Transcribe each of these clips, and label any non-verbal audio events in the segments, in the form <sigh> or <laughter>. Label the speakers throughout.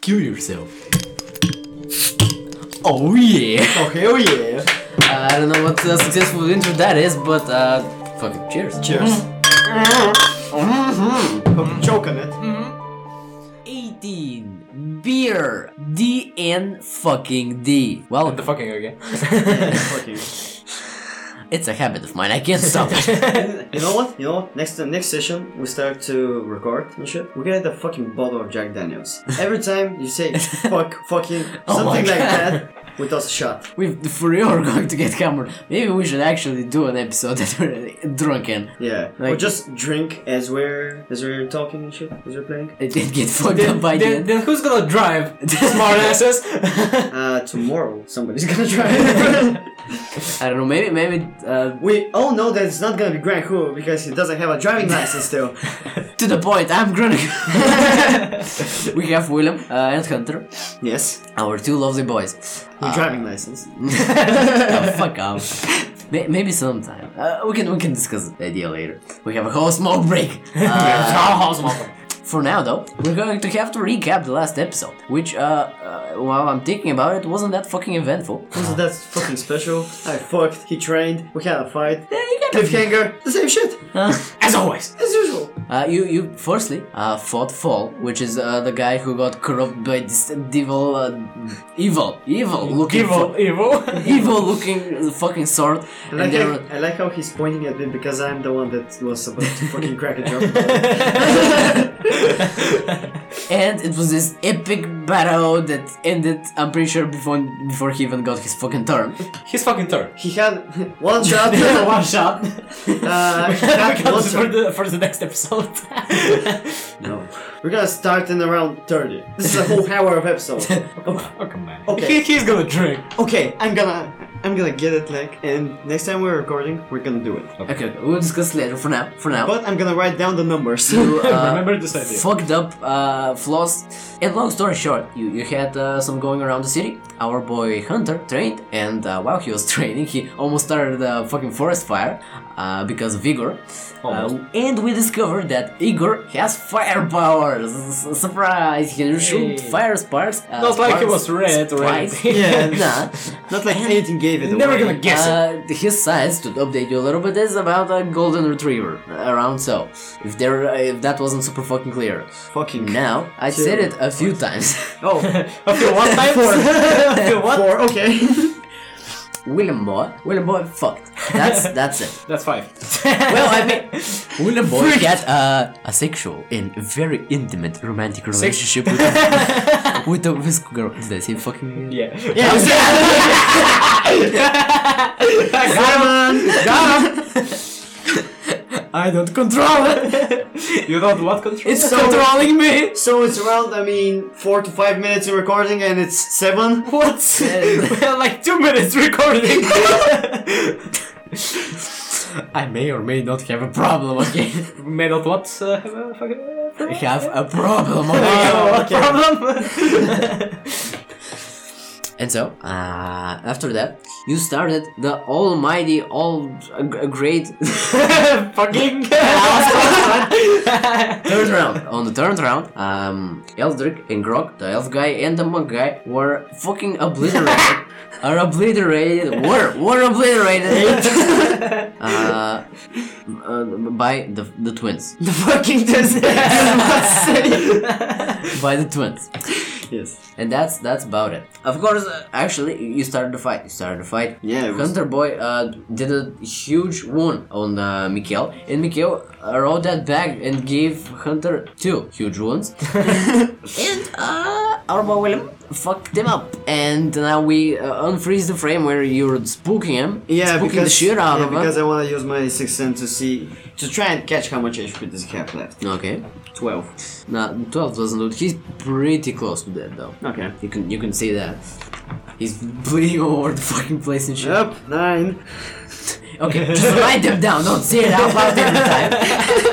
Speaker 1: kill yourself. Oh yeah!
Speaker 2: Oh hell yeah!
Speaker 1: I don't know what a successful intro that is, but uh, fucking cheers.
Speaker 2: Cheers. Mm-hmm. Hope you choke
Speaker 1: <laughs>
Speaker 2: on it.
Speaker 1: 18 beer D N fucking D. Well,
Speaker 3: The fucking again.
Speaker 2: Fuck you.
Speaker 1: it's a habit of mine. I can't stop it.
Speaker 3: <laughs>
Speaker 2: <laughs> You know what? You know what? Next uh, next session we start to record and shit. We get a fucking bottle of Jack Daniels. Every time you
Speaker 1: <laughs>
Speaker 2: say fuck, fucking
Speaker 1: Oh my
Speaker 2: something like
Speaker 1: God.
Speaker 2: that, we toss a shot.
Speaker 1: We for real <laughs> are going to get hammered. Maybe we should actually do an episode <laughs> that we're drunken.
Speaker 2: Yeah. or
Speaker 1: Like-
Speaker 2: just drink as we're as we're talking and shit, as we're playing.
Speaker 1: It did get fucked
Speaker 3: Then,
Speaker 1: up by
Speaker 3: then,
Speaker 1: the
Speaker 3: then who's gonna drive? Smart asses.
Speaker 2: Uh tomorrow somebody's gonna try
Speaker 1: <laughs>
Speaker 2: it.
Speaker 1: <laughs> I don't know. Maybe maybe uh,
Speaker 2: we all know that it's not gonna be Grant Who because he doesn't have a driving license
Speaker 1: <laughs>
Speaker 2: still.
Speaker 1: to the point. I'm drunk. we have William uh, and Hunter,
Speaker 2: Yes.
Speaker 1: our two lovely boys.
Speaker 2: Your driving license.
Speaker 1: Oh, fuck off. May- Maybe sometime uh, we can we can discuss the idea later. We have a whole smoke break.
Speaker 3: <laughs>
Speaker 1: Uh, For now, though, we're going to have to recap the last episode, which, uh, uh while I'm thinking about it, wasn't that fucking eventful.
Speaker 2: So that's fucking special. I fucked, he trained, we had a fight.
Speaker 1: you got a-
Speaker 2: Cliffhanger, the same shit,
Speaker 3: As always.
Speaker 2: as usual.
Speaker 1: Uh, you, you firstly uh, fought Fall, which is uh, the guy who got corrupt by this devil, uh, evil, evil looking,
Speaker 3: Evil, <laughs> evil.
Speaker 1: <laughs> evil looking fucking sword, and,
Speaker 2: I like,
Speaker 1: there
Speaker 2: how,
Speaker 1: were-
Speaker 2: I like how he's pointing at me because I'm the one that was about to fucking crack a <laughs> joke.
Speaker 1: and it was this epic battle that ended. I'm pretty sure before before he even got his fucking turn.
Speaker 3: His fucking turn. <laughs>
Speaker 2: he had one <laughs> shot.
Speaker 1: One shot.
Speaker 2: Uh, he
Speaker 3: That
Speaker 2: <laughs> had one
Speaker 3: comes for
Speaker 2: shot.
Speaker 3: the for the next <laughs> episode.
Speaker 2: No. We're gonna start in around 30. This is a whole hour of episode.
Speaker 3: okay, man.
Speaker 2: Okay.
Speaker 3: He, he's gonna drink.
Speaker 2: <laughs> Okay, I'm gonna I'm gonna get it like and next time we're recording we're gonna do it.
Speaker 1: Okay, we'll discuss later. For now, for now.
Speaker 2: But I'm gonna write down the numbers. <laughs>
Speaker 3: <laughs>
Speaker 1: uh,
Speaker 3: Remember this idea.
Speaker 1: fucked up uh, flaws. And long story short, you, you had uh, some going around the city. Our boy Hunter trained, and uh, while he was <laughs> training, he almost started a fucking forest fire uh, because of Igor. Uh, and we discovered that Igor has fire powers. S- Surprise! He can shoot
Speaker 3: Hey.
Speaker 1: fire sparks. Uh,
Speaker 3: Not like he
Speaker 1: sparks,
Speaker 3: was red or <laughs>
Speaker 1: spikes. <laughs>
Speaker 3: anything.
Speaker 2: Yeah.
Speaker 1: nah.
Speaker 2: Not like anything gave it
Speaker 3: Never
Speaker 2: away.
Speaker 3: gonna guess it.
Speaker 1: Uh, his size, to update you a little bit, is about a golden retriever, around so. If there, if that wasn't super fucking clear.
Speaker 2: Fucking
Speaker 1: Now I said it a few times. <laughs>
Speaker 2: Oh
Speaker 3: Okay, <laughs> one time. okay, what?
Speaker 2: four, okay.
Speaker 1: William Boy, William Boy, fucked. <laughs> That's that's it.
Speaker 3: That's five.
Speaker 1: Well, I mean, William Boy got uh, a sexual and very intimate romantic relationship with a, <laughs> with a with a girl. Did I say fucking?
Speaker 3: yeah.
Speaker 2: Yeah,
Speaker 3: <laughs>
Speaker 2: got him.
Speaker 1: I don't control it.
Speaker 3: You don't want control.
Speaker 1: It's controlling me.
Speaker 2: So it's around, I mean, four to five minutes in recording, and it's seven.
Speaker 3: what? we are <laughs> like two minutes <laughs> recording.
Speaker 1: I may or may not have a problem. Okay, <laughs>
Speaker 3: May not what? Uh, have a fucking.
Speaker 1: I have a problem. <laughs> Okay.
Speaker 2: Oh, okay.
Speaker 1: <laughs>
Speaker 3: problem.
Speaker 1: And so, uh, after that, you started the almighty, all uh, g- great <laughs>
Speaker 3: fucking.
Speaker 1: third round. On the third round, um, Eldrick and Grog, the elf guy and the monk guy, were fucking obliterated. Are obliterated. Were were obliterated. <laughs> uh, uh, by the the twins. <laughs>
Speaker 2: The fucking Disney.
Speaker 1: By the twins.
Speaker 2: yes.
Speaker 1: And that's that's about it. Of course, uh, actually, you started the fight. You started the fight.
Speaker 2: Yeah, it was-
Speaker 1: Hunter Boy uh, did a huge wound on uh, Mikhail, and Mikhail uh, rolled that back and gave Hunter two huge
Speaker 2: <laughs>
Speaker 1: wounds. and uh, our boy William fucked him up. And now we uh, unfreeze the frame where you're spooking him.
Speaker 2: Yeah,
Speaker 1: spooking
Speaker 2: because
Speaker 1: the shit out
Speaker 2: yeah,
Speaker 1: of
Speaker 2: because
Speaker 1: him.
Speaker 2: I want to use my sixth sense to see to try and catch how much HP this cap left.
Speaker 1: Okay.
Speaker 2: Twelve.
Speaker 1: Now, 12 doesn't do it. He's pretty close to dead though.
Speaker 2: Okay.
Speaker 1: You can you can see that. He's <laughs> bleeding all over the fucking place and shit.
Speaker 2: Up nine.
Speaker 1: Okay, just write them down. Don't say it out loud every time.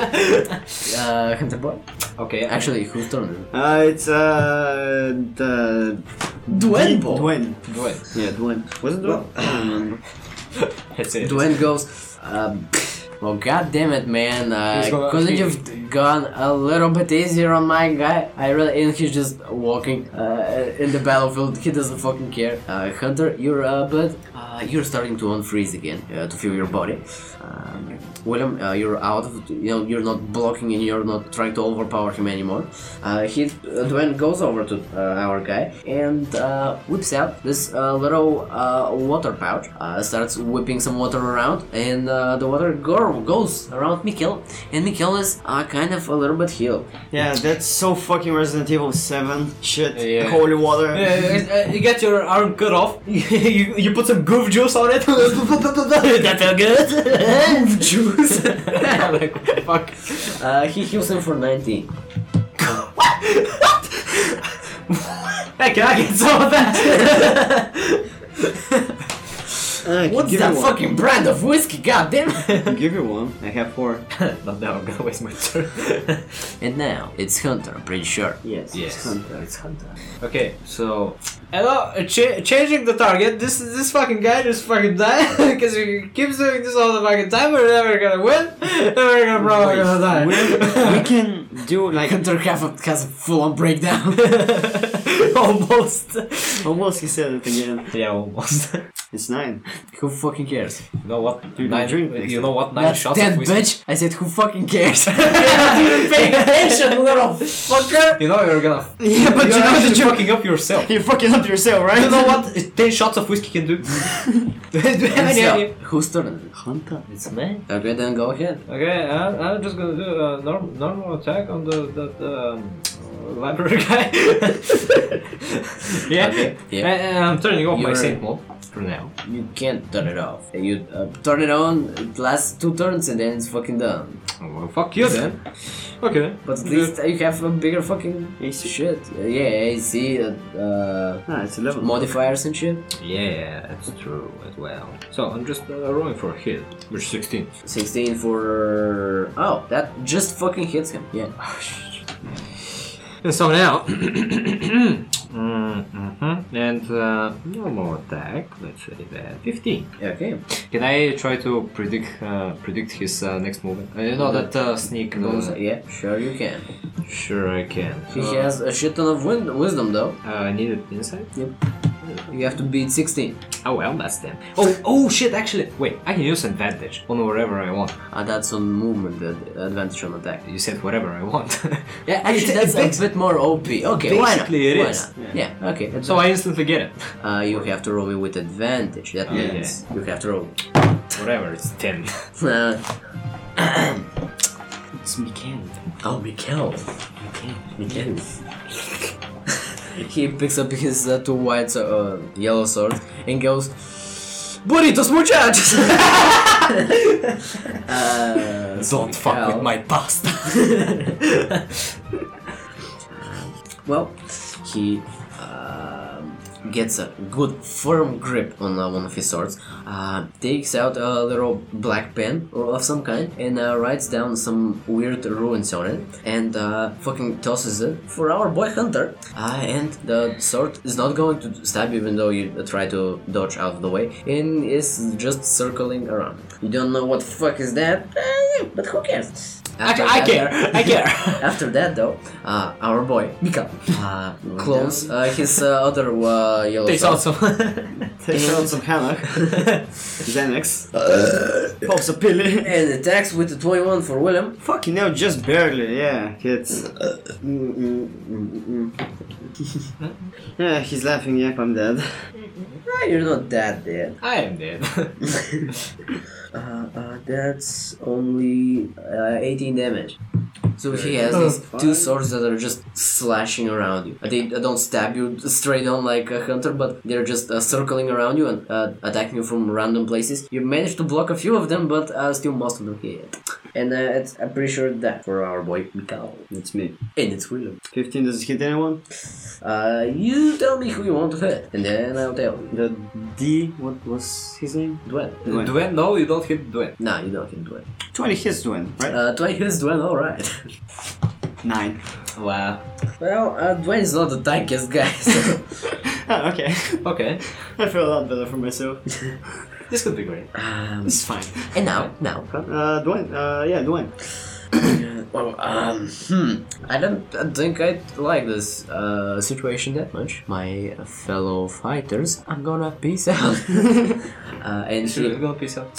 Speaker 1: <laughs> uh, Hunter boy.
Speaker 3: okay.
Speaker 1: Actually, whose turn is it?
Speaker 2: Uh, it's uh the
Speaker 1: Dwayne
Speaker 2: Dwayne.
Speaker 3: Wait.
Speaker 2: Yeah, Dwayne. Was it Dwayne?
Speaker 1: er-
Speaker 3: That's it.
Speaker 1: Dwayne goes. Um, Well, god damn it, man.
Speaker 3: He's
Speaker 1: Uh,
Speaker 3: gonna-
Speaker 1: couldn't
Speaker 3: he-
Speaker 1: you've gone a little bit easier on my guy? I really. And he's just walking uh, in the battlefield. He doesn't fucking care. Uh, Hunter, you're a bit. Uh, you're starting to unfreeze again uh, to feel your body. Um, William, uh, you're out of. You know, you're not blocking and you're not trying to overpower him anymore. Uh, he. Uh, Dwayne goes over to uh, our guy and uh, whips out this uh, little uh, water pouch. Uh, starts whipping some water around, and uh, the water girl goes around Mikkel, and Mikkel is uh, kind of a little bit healed.
Speaker 2: Yeah, that's so fucking Resident Evil 7 shit.
Speaker 3: Yeah.
Speaker 2: Holy water.
Speaker 3: Uh, you get your arm cut off. <laughs> you, you put some goof juice on
Speaker 1: <laughs>
Speaker 3: it. that felt good.
Speaker 1: <laughs> Juice.
Speaker 3: like fuck.
Speaker 1: <laughs> uh, he heals him for 19.
Speaker 3: Hey, can I get some of that?
Speaker 2: Uh,
Speaker 1: What's
Speaker 2: give
Speaker 1: that
Speaker 2: you
Speaker 1: fucking brand of whiskey? God damn it!
Speaker 2: One. Give you one. I have four.
Speaker 3: <laughs> Not now. I'm gonna waste my turn. <laughs>
Speaker 1: and now it's Hunter. I'm pretty sure.
Speaker 2: Yes.
Speaker 3: Yes.
Speaker 2: Hunter.
Speaker 1: It's Hunter.
Speaker 3: okay, so hello, uh, cha- changing the target. This this fucking guy just fucking died <laughs> because he keeps doing this all the fucking time. We're never gonna win. <laughs> We're gonna probably gonna die. <laughs>
Speaker 2: we can do like
Speaker 1: Hunter have a, has a full-on breakdown.
Speaker 3: almost.
Speaker 2: almost he said it again.
Speaker 3: <laughs> Yeah, almost.
Speaker 2: It's nine.
Speaker 1: <laughs> Who fucking cares?
Speaker 3: You know what?
Speaker 2: you
Speaker 3: nine,
Speaker 2: drink
Speaker 3: you
Speaker 2: next
Speaker 3: know what? Nine
Speaker 1: That's
Speaker 3: shots
Speaker 1: dead
Speaker 3: of whiskey.
Speaker 1: bitch. I said, who fucking cares? <laughs> You're not even paying attention, little fucker.
Speaker 3: You know you're <laughs> gonna.
Speaker 2: Yeah, but
Speaker 3: you're
Speaker 2: you know
Speaker 3: actually
Speaker 2: that you're-
Speaker 3: fucking up yourself.
Speaker 2: You're fucking up yourself, right?
Speaker 3: <laughs> You know
Speaker 2: <laughs>
Speaker 3: what? Ten shots of whiskey can do. <laughs> do you have any idea?
Speaker 1: So, whose turn?
Speaker 2: Hunter.
Speaker 1: It's me. Okay, then go ahead.
Speaker 3: Okay, I'm, I'm just gonna do a norm, normal attack on the that um, library <laughs> guy. yeah.
Speaker 1: Okay, yeah.
Speaker 3: And, and I'm turning off my
Speaker 1: You're-
Speaker 3: sync mode for now.
Speaker 1: You can't turn it off. You uh, turn it on, it lasts two turns, and then it's fucking done.
Speaker 3: Oh, well, fuck you then. Okay.
Speaker 1: But at least you have a bigger fucking
Speaker 2: AC.
Speaker 1: shit. Uh, yeah, AC, uh, uh,
Speaker 2: Ah, it's eleven.
Speaker 1: modifiers and shit.
Speaker 3: Yeah, that's true as well. So I'm just uh, rolling for a hit, which is 16.
Speaker 1: 16 for. Oh, that just fucking hits him. Yeah. <sighs>
Speaker 3: And so now, <coughs> mm-hmm. and uh, normal attack. Let's say that 15.
Speaker 1: Okay.
Speaker 3: Can I try to predict uh, predict his uh, next movement? Uh, you know that uh, sneak.
Speaker 2: Hmm.
Speaker 3: Uh,
Speaker 1: Yeah, sure you can.
Speaker 3: sure, I can.
Speaker 1: He
Speaker 3: Uh,
Speaker 1: has a shit ton of win- wisdom though.
Speaker 3: Uh, I need it inside.
Speaker 1: You have to beat 16.
Speaker 3: Oh well, that's them. Oh, oh shit! Actually, wait. I can use advantage on whatever I want.
Speaker 1: Uh, that's on movement, ad- advantage on attack.
Speaker 3: You said whatever I want. <laughs>
Speaker 1: Yeah, actually, that's a bit more OP. Okay, why not?
Speaker 3: Basically, it
Speaker 1: why
Speaker 3: is.
Speaker 1: not? Yeah. okay. that's-
Speaker 3: so I instantly get it. <laughs>
Speaker 1: Uh, you have to roll it with advantage. That
Speaker 3: Yeah.
Speaker 1: means you have to roll. <laughs>
Speaker 3: Whatever. It's ten.
Speaker 1: Uh,
Speaker 3: It's Mikael.
Speaker 1: oh, Mikkel.
Speaker 3: Mikael.
Speaker 1: Mikkel. <laughs> he picks up his uh, two white, uh, yellow swords and goes, Burritos muchachos! <laughs> uh,
Speaker 3: <laughs> Don't fuck with
Speaker 1: Mikael.
Speaker 3: my <laughs> pasta.
Speaker 1: Well, he um gets a good firm grip on uh, one of his swords, uh, takes out a little black pen or of some kind, and uh, writes down some weird runes on it, and uh, fucking tosses it for our boy Hunter. Uh, and the sword is not going to stab even though you try to dodge out of the way, and is just circling around. You don't know what the fuck is that, eh, but who cares?
Speaker 3: Actually, I care.
Speaker 1: <laughs>
Speaker 3: I <laughs> care.
Speaker 1: After that, though, uh, our boy Mika uh, clones uh, his uh, other uh, yellow
Speaker 3: Takes
Speaker 1: sword.
Speaker 3: out some.
Speaker 2: Take out some hammock. Xanax. Pops a
Speaker 1: <laughs>
Speaker 2: pill.
Speaker 1: and attacks with the 21 for
Speaker 2: <laughs>
Speaker 1: Willem.
Speaker 2: Fucking hell, just barely, yeah, kids.
Speaker 1: Mm,
Speaker 2: yeah, he's laughing, yep, I'm dead.
Speaker 1: Ah, you're not that dead.
Speaker 3: <laughs> I am <laughs> dead.
Speaker 1: Uh, uh, that's only uh, 18 damage. So he has
Speaker 3: Oh,
Speaker 1: these two
Speaker 2: fine.
Speaker 1: swords that are just slashing around you. Uh, They uh, don't stab you straight on like a hunter, but they're just uh, circling around you and uh, attacking you from random places. You managed to block a few of them, but uh, still most of them hit. And uh, it's, I'm pretty sure that for our boy Mikao.
Speaker 2: It's me.
Speaker 1: And it's William.
Speaker 2: 15 does it hit anyone?
Speaker 1: Uh, you tell me who you want to hit, and then I'll tell you.
Speaker 2: The D, what was his name?
Speaker 1: Dwayne.
Speaker 2: Dwayne.
Speaker 3: Dwayne, no, you don't hit Dwayne.
Speaker 1: No, you don't hit Dwayne.
Speaker 2: 20 hits Dwayne, right?
Speaker 1: Uh, Dwayne is Dwayne, alright. <laughs>
Speaker 2: 9.
Speaker 3: Wow.
Speaker 1: well, uh, Dwayne is not the <laughs> tankiest guy, so.
Speaker 2: Ah, okay. <laughs>
Speaker 3: Okay.
Speaker 2: I feel a lot better for myself.
Speaker 3: This could be great.
Speaker 1: Um,
Speaker 3: It's fine.
Speaker 1: and now, now,
Speaker 2: Uh, Dwayne. Uh, yeah, Dwayne.
Speaker 1: <clears throat> Well, um, hmm. I don't I think I like this uh, situation that much. My fellow fighters, I'm gonna peace out. <laughs> uh, and
Speaker 3: Should we
Speaker 1: he,
Speaker 3: go peace out?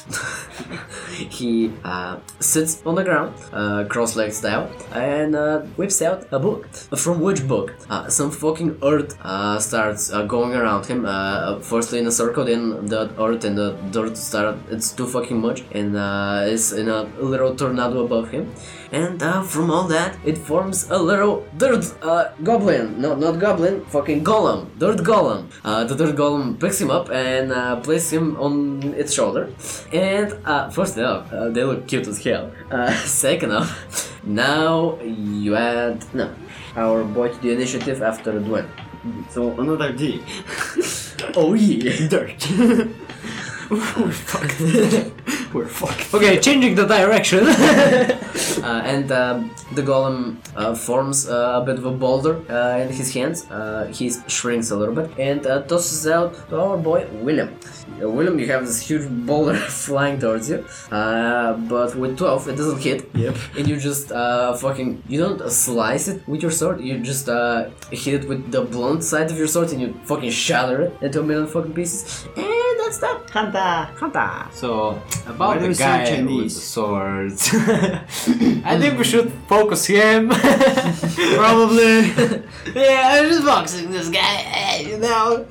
Speaker 1: <laughs> he uh, sits on the ground, uh, cross-legged style, and uh, whips out a book. From which book? Uh, some fucking earth uh, starts uh, going around him. Uh, firstly in a circle, then the earth and the dirt start. It's too fucking much, and uh, it's in a little tornado above him. And uh, from all that, it forms a little dirt uh, goblin. No, not goblin, fucking golem. Dirt golem. Uh, the dirt golem picks him up and uh, places him on its shoulder. And uh, first off, uh, they look cute as hell. Uh, <laughs> second off, now you add. No. Our boy to the initiative after Dwayne.
Speaker 2: So another D.
Speaker 1: Oh yeah! <laughs>
Speaker 2: Dirt. We're
Speaker 1: <laughs>
Speaker 2: fucked.
Speaker 1: okay, changing the direction. <laughs> uh, and um, the golem uh, forms uh, a bit of a boulder uh, in his hands. Uh, he shrinks a little bit and uh, tosses out to our boy William. Uh, William, you have this huge boulder <laughs> flying towards you, uh, but with 12 it doesn't hit.
Speaker 2: Yep.
Speaker 1: And you just uh, fucking you don't slice it with your sword. You just uh, hit it with the blunt side of your sword and you fucking shatter it into a million fucking pieces. And that's that. Hunter, hunter.
Speaker 3: So
Speaker 2: Why
Speaker 3: about
Speaker 2: do you
Speaker 3: the
Speaker 2: say
Speaker 3: guy with
Speaker 2: Chinese?
Speaker 3: the swords. <laughs> I think we should focus him. <laughs> Probably. yeah, I'm just focusing this guy. eh, You know.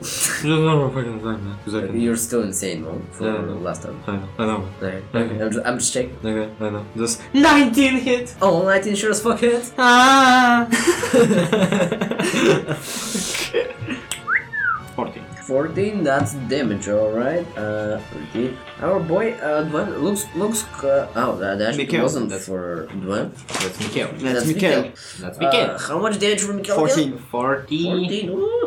Speaker 3: Just one more fucking time, man. <laughs> Second.
Speaker 1: You're still insane, no? From
Speaker 3: Yeah.
Speaker 1: the last time.
Speaker 3: I know. I know.
Speaker 1: Okay.
Speaker 3: Okay.
Speaker 1: I'm, just, I'm just checking.
Speaker 3: Okay, I know. <laughs> Just 19 hit.
Speaker 1: Oh, light insurance fuckhead. <laughs>
Speaker 3: Ah. 14.
Speaker 1: 14, that's damage, alright. Uh, okay. Our boy, uh, Dwan looks, looks, uh, oh, that actually
Speaker 2: Mikhail.
Speaker 1: wasn't for Dwan.
Speaker 3: That's Mikhail.
Speaker 2: That's
Speaker 1: Mikhail.
Speaker 2: Mikhail.
Speaker 3: That's
Speaker 1: Uh,
Speaker 3: Mikhail.
Speaker 1: how much damage from Mikhail?
Speaker 2: 14.
Speaker 3: 40.
Speaker 1: 14,
Speaker 3: <laughs>
Speaker 1: ooh.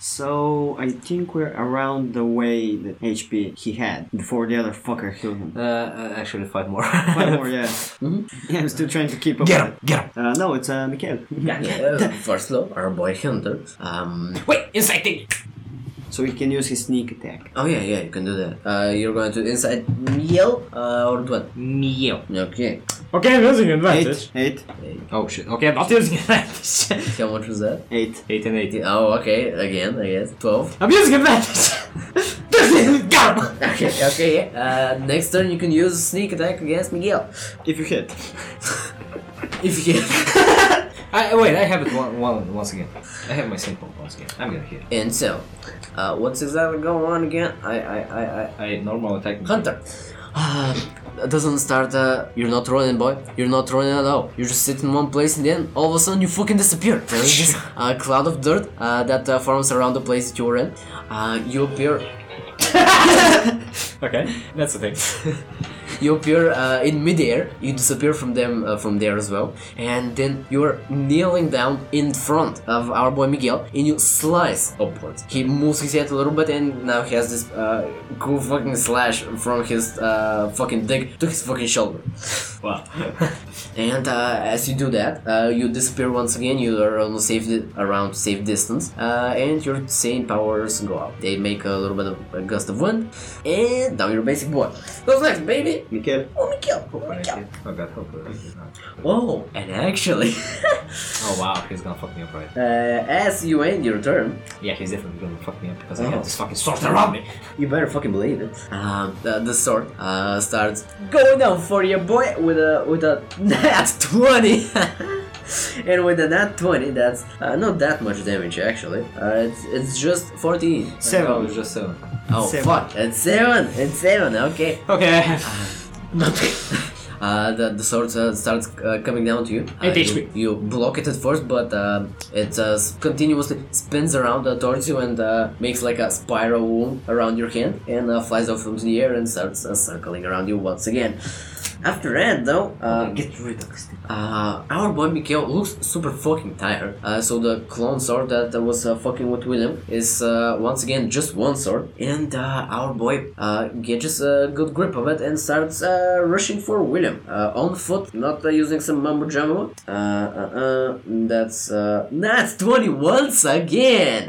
Speaker 2: So I think we're around the way that HP he had before the other fucker killed
Speaker 3: <laughs>
Speaker 2: him.
Speaker 3: Uh, uh, actually, five more.
Speaker 2: Five
Speaker 3: <laughs>
Speaker 2: more, yeah. Mm-hmm. Yeah, I'm still trying to keep up. with
Speaker 3: Get him!
Speaker 2: it. Uh, no, it's uh, Mikhail. <laughs>
Speaker 1: Yeah, uh, first law, our boy Hunter. Um,
Speaker 3: Wait, inside thing.
Speaker 2: so he can use his sneak attack.
Speaker 1: oh yeah, yeah, you can do that. Uh, you're going to inside yell uh, or Dwan?
Speaker 3: Neo.
Speaker 1: Okay. <laughs>
Speaker 3: Okay, I'm using
Speaker 2: Eight, eight,
Speaker 3: Oh shit. Okay, I'm not using <laughs> advantage.
Speaker 1: How much was that?
Speaker 2: eight.
Speaker 3: Eight and eight.
Speaker 1: Oh, okay, again, I guess. 12.
Speaker 3: I'm using advantage. <laughs> This is got
Speaker 1: <laughs>
Speaker 3: him.
Speaker 1: Okay, okay. Uh, next turn you can use sneak attack against Miguel. <laughs>
Speaker 2: If you hit.
Speaker 1: If you
Speaker 3: I, wait, I have it one, one, once again. I have my simple once again. I'm gonna hit.
Speaker 1: <laughs> And so, uh, what's exactly going on again? I, I, I, I
Speaker 3: I normal attack.
Speaker 1: Hunter. Uh, that doesn't start. Uh, you're not running, boy. You're not running at all. You just sit in one place, and then all of a sudden you fucking disappear. There is this uh, cloud of dirt uh, that uh, forms around the place that you were in. Uh, you appear
Speaker 3: Okay, that's the thing.
Speaker 1: <laughs> you appear uh, in midair you disappear from them uh, from there as well and then you're kneeling down in front of our boy miguel and you slice upwards he moves his head a little bit and now he has this uh, cool fucking slash from his uh, fucking dick to his fucking shoulder <laughs>
Speaker 3: wow.
Speaker 1: and uh, as you do that, uh, you disappear once again. You are on a safe di- around safe distance, uh, and your same powers go up. They make a little bit of a gust of wind, and now you're basic boy. What's next, baby?
Speaker 2: Mikhail.
Speaker 1: Oh, Miguel! Oh, Miguel!
Speaker 3: oh god, hopefully. he's not.
Speaker 1: Oh, and actually, <laughs>
Speaker 3: Oh wow, he's gonna fuck me up right.
Speaker 1: uh, as you end your turn,
Speaker 3: Yeah, he's definitely gonna fuck me up because
Speaker 1: Oh.
Speaker 3: I have this fucking sword around me.
Speaker 1: you better fucking believe it. Uh, the, the sword uh, starts going down for your boy with a with a <laughs> nat twenty. <laughs> And with a nat 20, that's uh, not that much damage actually. Uh, it's, it's just 14.
Speaker 3: Oh,
Speaker 2: Seven.
Speaker 3: it's just seven.
Speaker 1: Oh
Speaker 2: Seven.
Speaker 1: fuck, it's 7! It's 7, okay.
Speaker 3: Okay.
Speaker 1: Uh, the, the sword uh, starts uh, coming down to you. Uh,
Speaker 3: It is
Speaker 1: you, you block it at first, but um it uh, s- continuously spins around uh, towards you and uh, makes like a spiral wound around your hand and uh, flies off into the air and starts uh, circling around you once again. After that, though, uh,
Speaker 3: Get rid of this thing.
Speaker 1: uh, our boy Mikhail looks super fucking tired. Uh, so the clone sword that uh, was uh, fucking with William is uh, once again just one sword, and uh, our boy uh, gets a good grip of it and starts uh, rushing for William uh, on foot, not uh, using some mumbo jumbo. Uh, uh, uh, that's uh, that's twenty once again.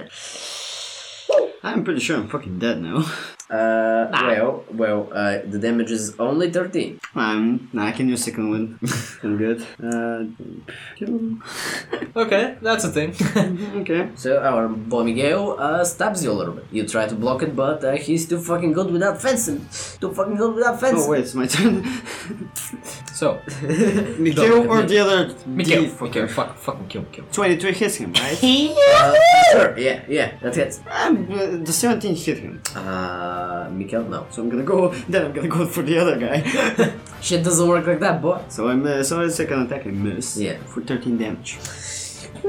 Speaker 2: I'm pretty sure I'm fucking dead now. <laughs>
Speaker 1: Uh, Well, well, uh, the damage is only 13.
Speaker 2: Um, nah, I can use second wind. <laughs> I'm good. Uh,
Speaker 3: Okay, that's a thing.
Speaker 2: <laughs> okay.
Speaker 1: So our boy Miguel uh, stabs you a little bit. You try to block it, but uh, he's too fucking good without fencing. Too fucking good without fencing.
Speaker 2: Oh wait, it's my
Speaker 3: <laughs>
Speaker 2: turn.
Speaker 3: so,
Speaker 2: Mikhail or the other?
Speaker 3: Mikhail,
Speaker 2: D-
Speaker 3: fuck, him, fuck, fucking kill, kill.
Speaker 2: Twenty-three hits him, right?
Speaker 1: Uh, sure, yeah, yeah, that hits.
Speaker 2: um, uh, the seventeen hit him.
Speaker 1: Uh, Miguel, no.
Speaker 2: So I'm gonna go. Then I'm gonna go for the other guy. <laughs>
Speaker 1: Shit doesn't work like that, boy.
Speaker 2: so I'm uh, so I second attack I miss.
Speaker 1: Yeah.
Speaker 2: For thirteen damage.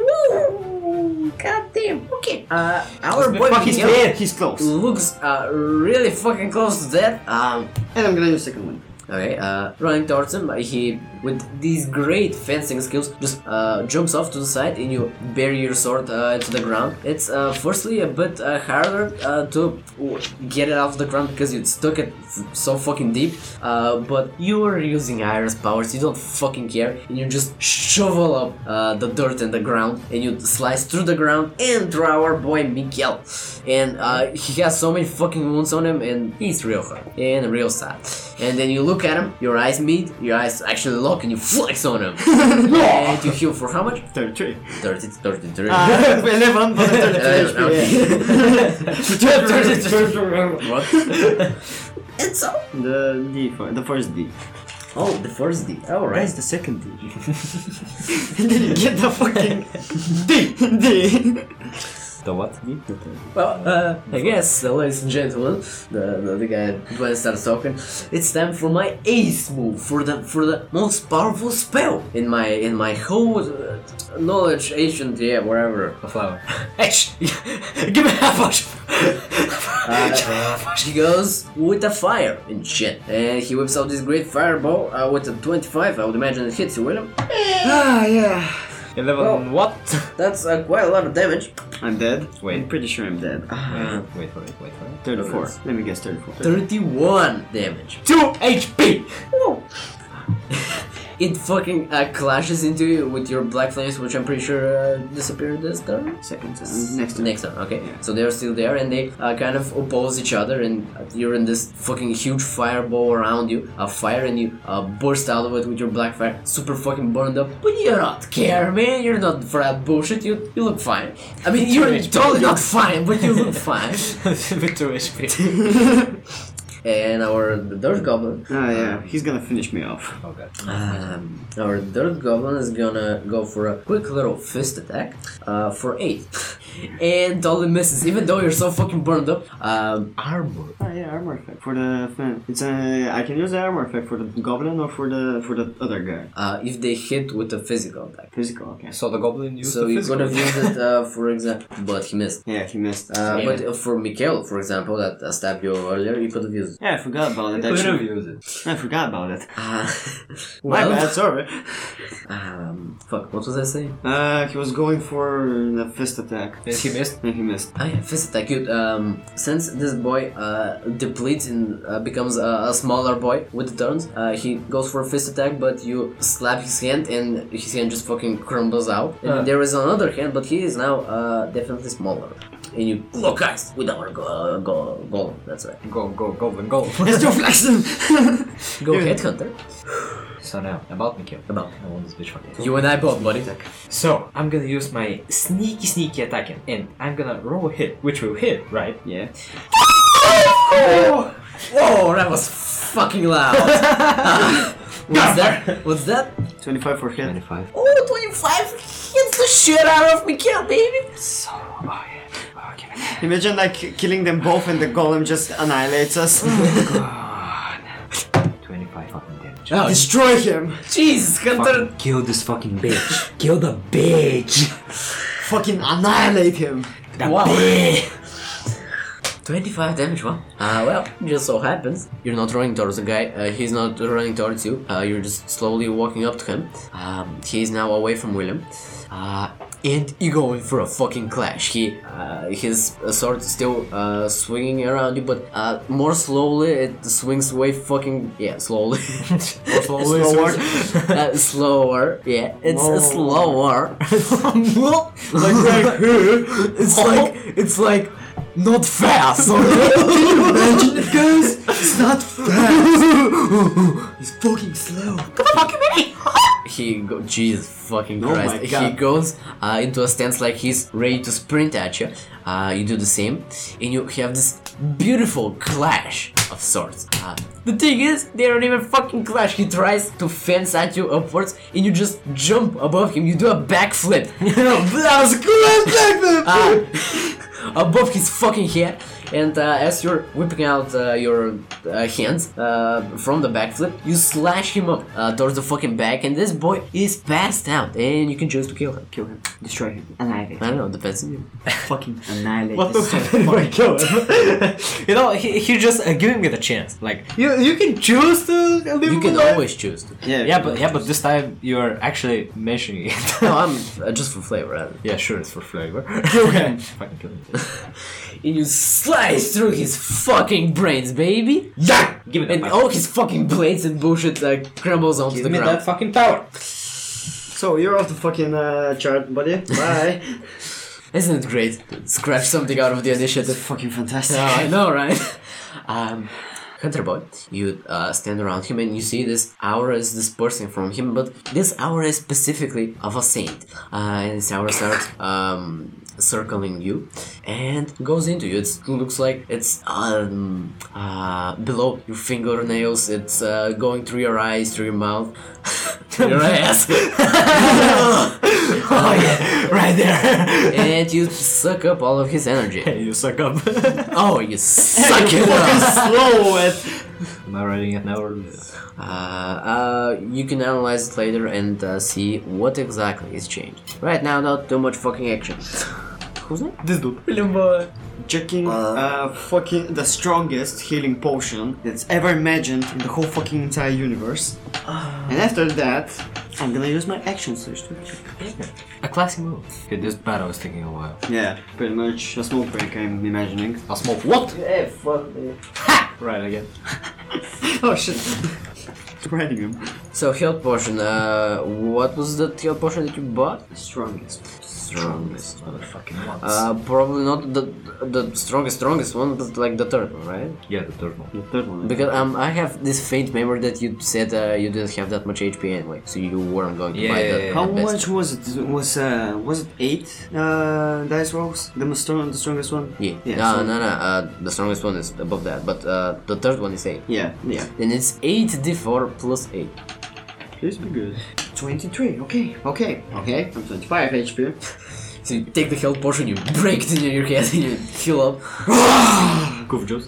Speaker 1: No! God damn, okay. Uh, our boy
Speaker 2: Fuck, he's
Speaker 1: Miguel
Speaker 2: dead. He's close.
Speaker 1: looks uh, really fucking close to death. Um,
Speaker 2: And I'm gonna use second wind.
Speaker 1: Okay, uh, running towards him, uh, he, with these great fencing skills, just uh, jumps off to the side and you bury your sword uh, into the ground. It's uh, firstly a bit uh, harder uh, to get it off the ground because you stuck it f- so fucking deep, uh, but you are using Iris powers, you don't fucking care, and you just shovel up uh, the dirt in the ground and you slice through the ground and through our boy Miguel. And uh, he has so many fucking wounds on him and he's real hurt and real sad. And then you look at him, your eyes meet, your eyes actually lock, and you flex on him. and you heal for how much?
Speaker 2: <laughs> Thirty-three.
Speaker 1: 30, 30, 30.
Speaker 2: Uh, <laughs> Eleven, but
Speaker 1: Uh,
Speaker 2: thirty-three.
Speaker 1: okay.
Speaker 2: yeah.
Speaker 1: What? and so.
Speaker 2: <laughs> The D for the first D.
Speaker 1: Oh, the first D. Alright.
Speaker 2: Where's the second D? <laughs> Did you get the fucking <laughs> D? <laughs> D.
Speaker 3: The what?
Speaker 1: Well, uh, I guess, uh, ladies and gentlemen, the, the, the guy when I starts talking, it's time for my ace move for the for the most powerful spell in my in my whole uh, knowledge ancient yeah whatever. <laughs>
Speaker 3: A flower. <laughs> Hey, shh. give me half a
Speaker 1: Uh, he goes with a fire and shit, and he whips out this great fireball uh, with a 25. I would imagine it hits you, William.
Speaker 2: Ah, yeah.
Speaker 3: Eleven
Speaker 1: Well-
Speaker 3: what? <laughs>
Speaker 1: That's uh, quite a lot of damage.
Speaker 2: I'm dead.
Speaker 3: Wait.
Speaker 2: I'm pretty sure I'm dead. Ah,
Speaker 3: wait for it, wait for it.
Speaker 2: 34. Let me guess 34.
Speaker 1: 31 damage.
Speaker 3: Two HP.
Speaker 1: It fucking uh, clashes into you with your black flames, which I'm pretty sure uh, disappeared this turn.
Speaker 2: Second time. Next time.
Speaker 1: Next time, okay.
Speaker 2: Yeah.
Speaker 1: So they're still there and they uh, kind of oppose each other, and you're in this fucking huge fireball around you, a fire, and you uh, burst out of it with your black fire, super fucking burned up. But you don't care, man. You're not for that bullshit. You you look fine. I
Speaker 2: <laughs>
Speaker 1: mean, you're
Speaker 3: Teenage
Speaker 1: totally not fine, but you look fine.
Speaker 3: <laughs>
Speaker 1: <laughs>
Speaker 3: With two HP.
Speaker 1: And our the dirt goblin.
Speaker 2: Ah, yeah. He's gonna finish me off.
Speaker 3: Oh god.
Speaker 1: Um, our dirt goblin is gonna go for a quick little fist attack uh, for eight, <laughs> and totally misses. Even though you're so fucking burned up, um,
Speaker 3: Armor.
Speaker 2: Ah, yeah. Armor effect for the fan. It's a. I can use the armor effect for the goblin or for the for the other guy.
Speaker 1: uh, if they hit with a physical attack.
Speaker 2: Physical. Okay.
Speaker 3: So the goblin used
Speaker 1: So
Speaker 3: the
Speaker 1: you could
Speaker 3: physical.
Speaker 1: have
Speaker 3: <laughs>
Speaker 1: used it, uh, for example, but he missed.
Speaker 2: Yeah, he missed.
Speaker 1: Uh,
Speaker 2: yeah.
Speaker 1: but uh, for Mikhail, for example, that uh, stabbed you earlier, you could have used. <laughs>
Speaker 2: yeah, I forgot about it.
Speaker 3: could have
Speaker 2: Actually.
Speaker 3: used it.
Speaker 2: I forgot about it.
Speaker 1: Uh,
Speaker 2: My
Speaker 1: well,
Speaker 2: bad. Sorry.
Speaker 1: Um, fuck, what was I saying?
Speaker 2: Uh, he was going for the fist attack.
Speaker 3: And he missed.
Speaker 2: And he missed.
Speaker 1: I have fist attack. You, um, since this boy uh, depletes and uh, becomes a, a smaller boy with the turns, uh, he goes for a fist attack, but you slap his hand and his hand just fucking crumbles out. And
Speaker 3: Uh.
Speaker 1: there is another hand, but he is now uh, definitely smaller. And you lock eyes with our go- go- golem. That's right.
Speaker 3: Go, go, goblin, go. <laughs>
Speaker 2: Let's do flexing! <laughs>
Speaker 1: Go
Speaker 2: Yeah.
Speaker 1: ahead, Hunter.
Speaker 3: so now, about Mikhail.
Speaker 1: About.
Speaker 3: I want this bitch for
Speaker 1: You and I both, buddy.
Speaker 3: So, I'm gonna use my sneaky, sneaky attacking. And I'm gonna roll a hit, which will hit, right?
Speaker 2: yeah.
Speaker 1: Whoa, Oh, that was fucking loud. <laughs> Ah, what's that? What's that?
Speaker 2: 25 for hit.
Speaker 3: 25.
Speaker 1: Oh, 25 hits the shit out of Mikhail, baby.
Speaker 3: So, oh yeah. Oh, <laughs> give it.
Speaker 2: Imagine like killing them both and the golem just annihilates us.
Speaker 3: God. 25 fucking damage.
Speaker 1: Oh,
Speaker 2: Destroy him!
Speaker 1: Jesus, Hunter.
Speaker 3: kill this fucking bitch. <laughs> kill the bitch.
Speaker 2: Fucking annihilate him!
Speaker 3: The
Speaker 1: Wow.
Speaker 3: bitch.
Speaker 1: 25 damage, wow. Uh, well, just so happens. You're not running towards the guy, uh, he's not running towards you. Uh, you're just slowly walking up to him. Um, he's now away from William. uh, and you go in for a fucking clash. He uh, his sword still uh, swinging around you, but uh, more slowly. It swings way fucking yeah, slowly. <laughs>
Speaker 3: slowly,
Speaker 1: slower.
Speaker 3: swings.
Speaker 1: uh, slower. Yeah, it's uh, slower.
Speaker 2: <laughs>
Speaker 3: like,
Speaker 1: it's like it's like not fast.
Speaker 2: Imagine it goes. It's not fast.
Speaker 1: <laughs>
Speaker 2: it's fucking slow.
Speaker 1: he go- Jesus fucking
Speaker 2: Oh my
Speaker 1: Christ. He
Speaker 2: God.
Speaker 1: goes uh, into a stance like he's ready to sprint at you. Uh, you do the same, and you have this beautiful clash of swords. Uh, the thing is, they don't even fucking clash. He tries to fence at you upwards, and you just jump above him. You do a backflip. <laughs>
Speaker 3: that was good.
Speaker 1: Ah, above his fucking head. And uh, as you're whipping out uh, your uh, hands uh, from the backflip, you slash him up uh, towards the fucking back, and this boy is passed out, and you can choose to kill him.
Speaker 2: Kill him. Destroy him. Annihilate.
Speaker 1: I don't know, depends on you.
Speaker 2: fucking annihilate.
Speaker 3: What the
Speaker 2: this
Speaker 3: fuck
Speaker 2: son
Speaker 3: did
Speaker 2: of
Speaker 3: I
Speaker 2: a-
Speaker 3: <laughs> kill him? <laughs> you know, he, he just uh, giving me the chance. Like you, you can choose to live
Speaker 1: You can
Speaker 3: my life.
Speaker 1: always choose to.
Speaker 2: Yeah,
Speaker 3: Yeah, but yeah, but this time you're actually mentioning <laughs> it.
Speaker 1: No, I'm uh, just for flavor, rather.
Speaker 3: yeah, sure, it's for flavor. okay, <laughs> fucking kill him.
Speaker 1: And you slice through his fucking brains, baby.
Speaker 3: Yeah, oh, give me
Speaker 1: And
Speaker 3: that.
Speaker 1: all his fucking blades and bullshit uh, crumbles onto the ground.
Speaker 3: fucking power.
Speaker 2: So you're off the fucking uh, chart, <laughs> buddy. Bye.
Speaker 1: Isn't it great? Scratch something out of the initiative.
Speaker 2: That's fucking
Speaker 1: <laughs>
Speaker 2: fantastic.
Speaker 1: Yeah,
Speaker 2: <laughs>
Speaker 1: I know, right? um, Hunter boy, you uh, stand around him and you see this aura is dispersing from him, but this aura is specifically of a saint, uh, and this aura starts um, circling you and goes into you. It's, it looks like it's um, uh, below your fingernails. It's uh, going through your eyes, through your mouth, <laughs> through your
Speaker 3: <laughs>
Speaker 1: ass.
Speaker 3: Oh yeah, <laughs> right <laughs> there.
Speaker 1: and you suck up all of his energy.
Speaker 3: Hey, <laughs> you suck up.
Speaker 1: Oh,
Speaker 3: <laughs>
Speaker 1: you suck it up!
Speaker 3: slow it. Am I writing it now or?
Speaker 1: Uh, uh, you can analyze it later and uh, see what exactly is changed. Right now, not too much fucking action. <laughs> Who's that?
Speaker 3: This dude. William boy.
Speaker 2: Checking uh, fucking the strongest healing potion that's ever imagined in the whole fucking entire universe. and after that, Uh. I'm gonna use my action surge to
Speaker 3: A classic move. Okay, this battle is taking a while.
Speaker 2: Yeah, pretty much a small break I'm imagining.
Speaker 3: A small what?
Speaker 1: Hey, fuck me.
Speaker 3: Right again.
Speaker 2: <laughs> oh <laughs> shit. Riding him.
Speaker 1: So, health potion. Uh, what was that health potion that you bought?
Speaker 2: Strongest.
Speaker 1: Strongest.
Speaker 3: Motherfucking what?
Speaker 1: Uh, probably not the the strongest strongest one, but like the third one, right?
Speaker 3: yeah, the third one.
Speaker 2: The third one. I
Speaker 1: Because um, I have this faint memory that you said uh, you didn't have that much HP anyway, so you weren't going to
Speaker 3: Yeah,
Speaker 1: buy
Speaker 3: yeah,
Speaker 1: that.
Speaker 3: yeah.
Speaker 2: How
Speaker 1: that best.
Speaker 2: much was it? Was uh was it eight uh dice rolls? The most strong, the strongest one.
Speaker 1: Yeah.
Speaker 2: Yeah.
Speaker 1: no,
Speaker 2: so-
Speaker 1: no, no. Uh, the strongest one is above that, but uh, the third one is eight.
Speaker 2: Yeah. Yeah.
Speaker 1: Then it's 8d4 plus 8.
Speaker 2: Please be good. Twenty-three. Okay. Okay. Okay. I'm twenty-five HP.
Speaker 1: So you take the health potion, you break it in your head, <laughs> and you heal up.
Speaker 3: Goof juice.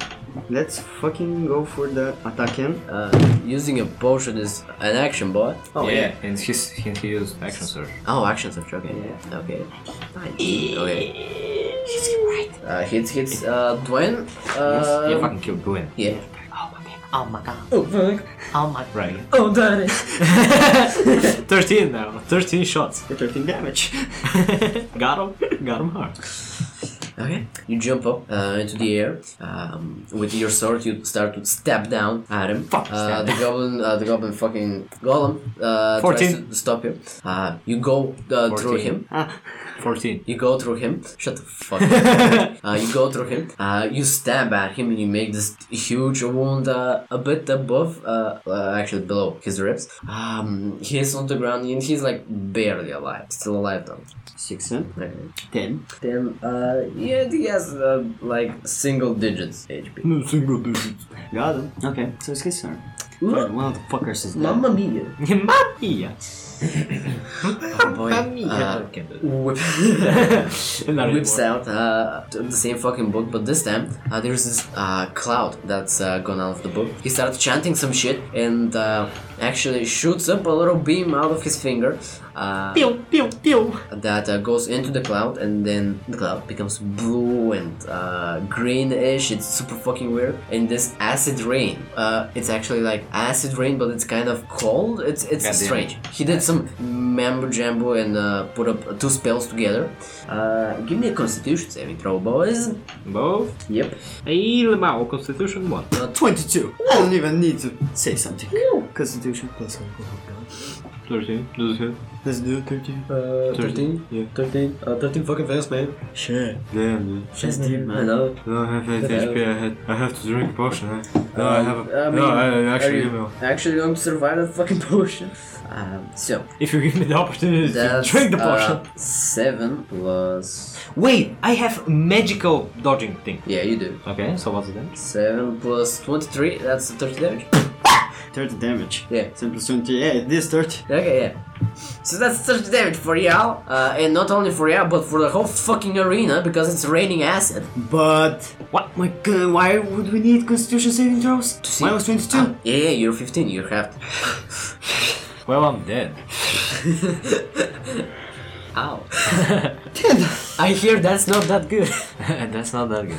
Speaker 2: Let's fucking go for the attacking.
Speaker 1: Uh, using a potion is an action, boy.
Speaker 2: Oh
Speaker 3: and he's he, he used action surge.
Speaker 1: Oh, action search, okay. Okay. Okay. Hits him right. Uh, hits, hits, uh, Dwayne. Uh,
Speaker 3: you fucking killed Gwen.
Speaker 1: yeah.
Speaker 4: Oh my god.
Speaker 1: Oh, fuck.
Speaker 4: Oh my
Speaker 3: Right.
Speaker 1: Oh, darn it.
Speaker 3: Thirteen now. Thirteen shots.
Speaker 2: For thirteen damage. <laughs>
Speaker 3: Got him. Got him hard.
Speaker 1: Okay. You jump up uh, into the air. Um, with your sword, you start to stab down at him.
Speaker 3: Fuck,
Speaker 1: uh,
Speaker 3: stab
Speaker 1: the goblin, uh, the goblin, fucking golem. Uh, Tries
Speaker 3: 14.
Speaker 1: to stop you. Uh, you go uh, through
Speaker 3: 14.
Speaker 1: him.
Speaker 2: Ah,
Speaker 3: Fourteen.
Speaker 1: You go through him. Shut the fuck up. uh, you go through him. Uh, you stab at him and you make this huge wound uh, a bit above, uh, uh, actually below his ribs. Um, he's on the ground and he's like barely alive. Still alive though.
Speaker 2: Six and
Speaker 1: Okay.
Speaker 2: ten.
Speaker 1: Then, uh, yeah, he has uh, like single digits HP.
Speaker 3: No single digits.
Speaker 2: Got him. Okay. So it's his turn. Fucking One of the fuckers is dead.
Speaker 1: Mamma mia!
Speaker 3: Mamma mia.
Speaker 1: Oh boy. Uh, whip- <laughs> whips out uh, t- the same fucking book, but this time uh, there's this uh, cloud that's uh, gone out of the book. He starts chanting some shit and uh, actually shoots up a little beam out of his finger. Uh, uh,
Speaker 4: Pew, pew, pew.
Speaker 1: that uh, goes into the cloud and then the cloud becomes blue and uh, greenish. It's super fucking weird. And this acid rain, uh, it's actually like acid rain, but it's kind of cold. It's it's
Speaker 5: Goddamn.
Speaker 1: strange. He did some mambo jambo and uh, put up two spells together. Uh, give me a Constitution saving throw, boys.
Speaker 3: Both.
Speaker 1: Yep.
Speaker 3: Eilemao, Constitution <laughs> 1.
Speaker 2: 22. I don't even need to say something. Constitution plus alcohol.
Speaker 3: 13. Does it hit?
Speaker 2: Let's do 13.
Speaker 1: Uh,
Speaker 3: 13? Yeah.
Speaker 1: 13, uh, 13 fucking fails, man.
Speaker 2: Sure.
Speaker 3: Damn, dude.
Speaker 1: That's
Speaker 2: deep,
Speaker 1: I
Speaker 2: man.
Speaker 1: know.
Speaker 3: I don't have any
Speaker 1: Yeah.
Speaker 3: HP. I, had, I have to drink a potion. Huh? No, I
Speaker 1: Um,
Speaker 3: have a.
Speaker 1: I mean,
Speaker 3: no, I
Speaker 1: are
Speaker 3: actually
Speaker 1: you
Speaker 3: give me one.
Speaker 1: Actually, going to survive that fucking <laughs> potion. Um, so
Speaker 3: If you give me the opportunity
Speaker 1: that's
Speaker 3: to drink the potion.
Speaker 1: uh, seven plus.
Speaker 3: Wait, I have magical dodging thing.
Speaker 1: Yeah, you do.
Speaker 3: Okay, so what's the damage?
Speaker 1: Seven plus twenty-three. That's thirty damage.
Speaker 2: 30 damage.
Speaker 1: Yeah.
Speaker 2: 7 plus 20. Yeah, it is 30.
Speaker 1: Okay, yeah. So that's 30 damage for y'all, uh, and not only for y'all, but for the whole fucking arena because it's raining acid.
Speaker 2: But. What? My god, why would we need Constitution saving throws?
Speaker 1: see.
Speaker 2: Mine was 22.
Speaker 1: Uh, Yeah, yeah, you're 15, you have to.
Speaker 3: <laughs> Well, I'm dead.
Speaker 1: Ow. <laughs> I hear that's not that good.
Speaker 3: <laughs> That's not that good.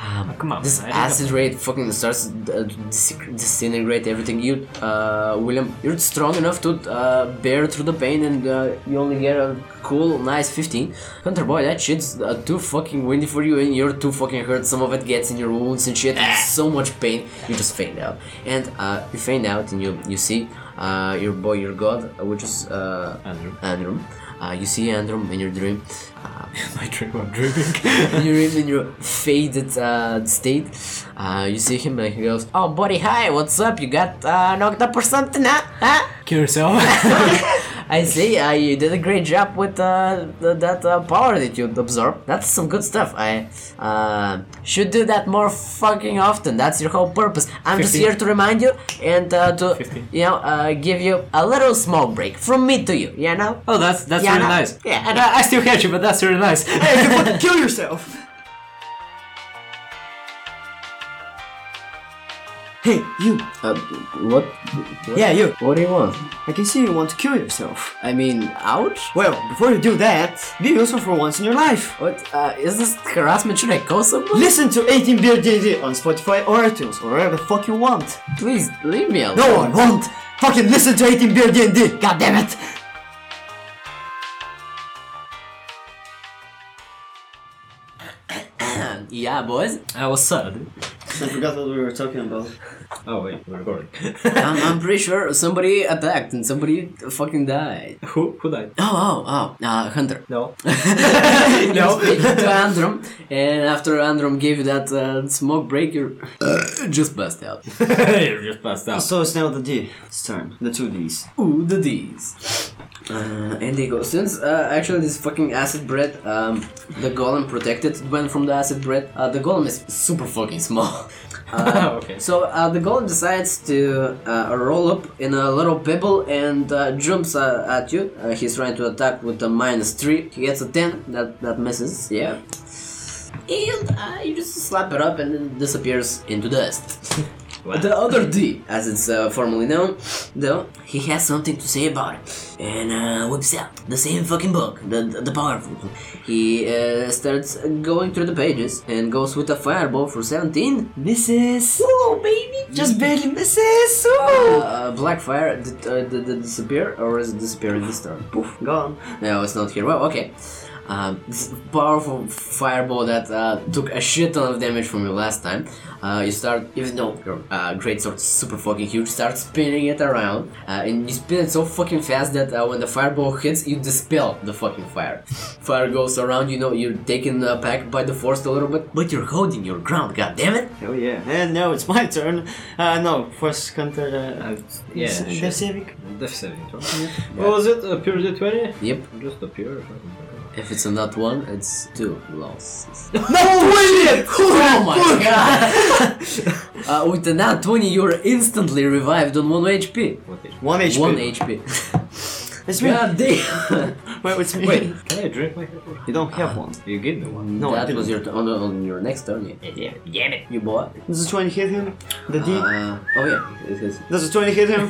Speaker 3: Um, come on.
Speaker 1: This
Speaker 3: I don't
Speaker 1: acid rain fucking starts uh, dis- disintegrate everything. You, uh, William, you're strong enough to uh, bear through the pain, and uh, you only get a cool, nice 15. Hunter boy, that shit's uh, too fucking windy for you, and you're too fucking hurt. Some of it gets in your wounds and shit.
Speaker 3: Ah.
Speaker 1: It's so much pain. You just faint out, and uh, you faint out, and you you see uh, your boy, your god, uh, which is uh,
Speaker 3: Andrew.
Speaker 1: Andrew. Uh, you see Andrew in your dream.
Speaker 3: <laughs>
Speaker 1: Uh,
Speaker 3: know. I drink what I'm
Speaker 1: <laughs>
Speaker 3: drinking.
Speaker 1: you're in your faded uh, state. Uh, you see him and he goes, "Oh, buddy, hi, what's up? You got uh, knocked up or something, huh? huh? <laughs>
Speaker 3: Kill <laughs> yourself.
Speaker 1: I see. Uh, you did a great job with uh, th- that uh, power that you absorbed. That's some good stuff. I uh, should do that more fucking often. That's your whole purpose. I'm just
Speaker 3: 15.
Speaker 1: here to remind you and uh, to
Speaker 3: 15.
Speaker 1: you know uh, give you a little small break from me to you. You know."
Speaker 3: oh, that's that's
Speaker 1: Yeah,
Speaker 3: really
Speaker 1: no.
Speaker 3: nice.
Speaker 1: Yeah, I
Speaker 3: and
Speaker 1: know.
Speaker 3: I, I still catch you, but that's really <laughs> nice.
Speaker 2: Hey, you fucking kill yourself! Hey, you!
Speaker 1: Uh, what?
Speaker 2: Yeah, you!
Speaker 1: What do you want?
Speaker 2: I can see you want to kill yourself.
Speaker 1: I mean, ouch.
Speaker 2: Well, before you do that, be useful for once in your life.
Speaker 1: What uh, is this harassment? Should I call someone?
Speaker 2: Listen to 18 Beer D&D on Spotify or iTunes or wherever the fuck you want.
Speaker 1: Please leave me alone.
Speaker 2: No, I won't. Fucking listen to 18 Beer D&D. God damn it.
Speaker 1: <coughs> Yeah, boys.
Speaker 3: I was sad.
Speaker 2: I forgot what we were talking about.
Speaker 3: Oh wait, we're <laughs> recording.
Speaker 1: I'm, I'm pretty sure somebody attacked and somebody fucking died.
Speaker 3: who who died?
Speaker 1: Oh, oh, oh. Uh,
Speaker 2: <laughs>
Speaker 1: Hunter.
Speaker 3: <laughs> No.
Speaker 1: <laughs> no. to Androm, and after Androm gave you that uh, smoke break, you just bust out.
Speaker 3: you just passed out.
Speaker 2: Oh. So it's now the D. It's turn. The two Ds.
Speaker 1: Ooh, the D's. Uh, and they go. Since uh, actually this fucking acid bread, um, the golem protected went from the acid bread. Uh, the golem is super fucking small. <laughs> Uh,
Speaker 3: Okay.
Speaker 1: So uh, the golem decides to uh, roll up in a little pebble and uh, jumps uh, at you. Uh, he's trying to attack with a minus three. He gets a ten. That that misses. Yeah. And uh, you just slap it up and it disappears into dust. The other D, as it's uh, formally known, though, he has something to say about it, and uh, whips out the same fucking book, the the, the powerful one. He uh, starts going through the pages and goes with a fireball for 17.
Speaker 2: Misses.
Speaker 1: Oh, baby!
Speaker 2: Just barely misses.
Speaker 1: Uh,
Speaker 2: Ooh.
Speaker 1: uh, black fire did, uh, did, did disappear, or is it disappearing this turn? Poof.
Speaker 2: Gone.
Speaker 1: No, it's not here. Well, okay. Um, this powerful fireball that uh, took a shit ton of damage from you last time. Uh, you start, even though your uh, greatsword is super fucking huge, start spinning it around, uh, and you spin it so fucking fast that uh, when the fireball hits, you dispel the fucking fire. <laughs> Fire goes around, you know, you're taken uh, back by the force a little bit, but you're holding your ground. God damn it!
Speaker 2: Oh yeah. And now it's my turn. Uh, no. First counter. Uh,
Speaker 3: Uh, yeah.
Speaker 2: s-
Speaker 3: shit.
Speaker 2: the civic.
Speaker 3: Death saving throw. What was it? A pure d20?
Speaker 1: Yep.
Speaker 3: Just a pure.
Speaker 1: If it's a not one, it's two losses.
Speaker 2: <laughs> No <laughs> way!
Speaker 1: Oh my god! <laughs> uh, with the nat 20, you're instantly revived on 1 HP.
Speaker 3: What
Speaker 2: <laughs>
Speaker 3: is?
Speaker 2: One HP.
Speaker 1: 1 HP.
Speaker 2: It's me.
Speaker 1: god damn!
Speaker 2: Wait, it's me.
Speaker 3: Wait, can I drink my?
Speaker 2: You don't have one.
Speaker 3: You give me one.
Speaker 2: No, I
Speaker 1: that was
Speaker 2: didn't.
Speaker 1: your t- on, on your next turn. Yeah.
Speaker 4: Yeah, damn it.
Speaker 1: You bought?
Speaker 2: Does a twenty hit him? The D.
Speaker 1: Uh, oh yeah, it is. <laughs>
Speaker 2: <laughs> Does a twenty hit him?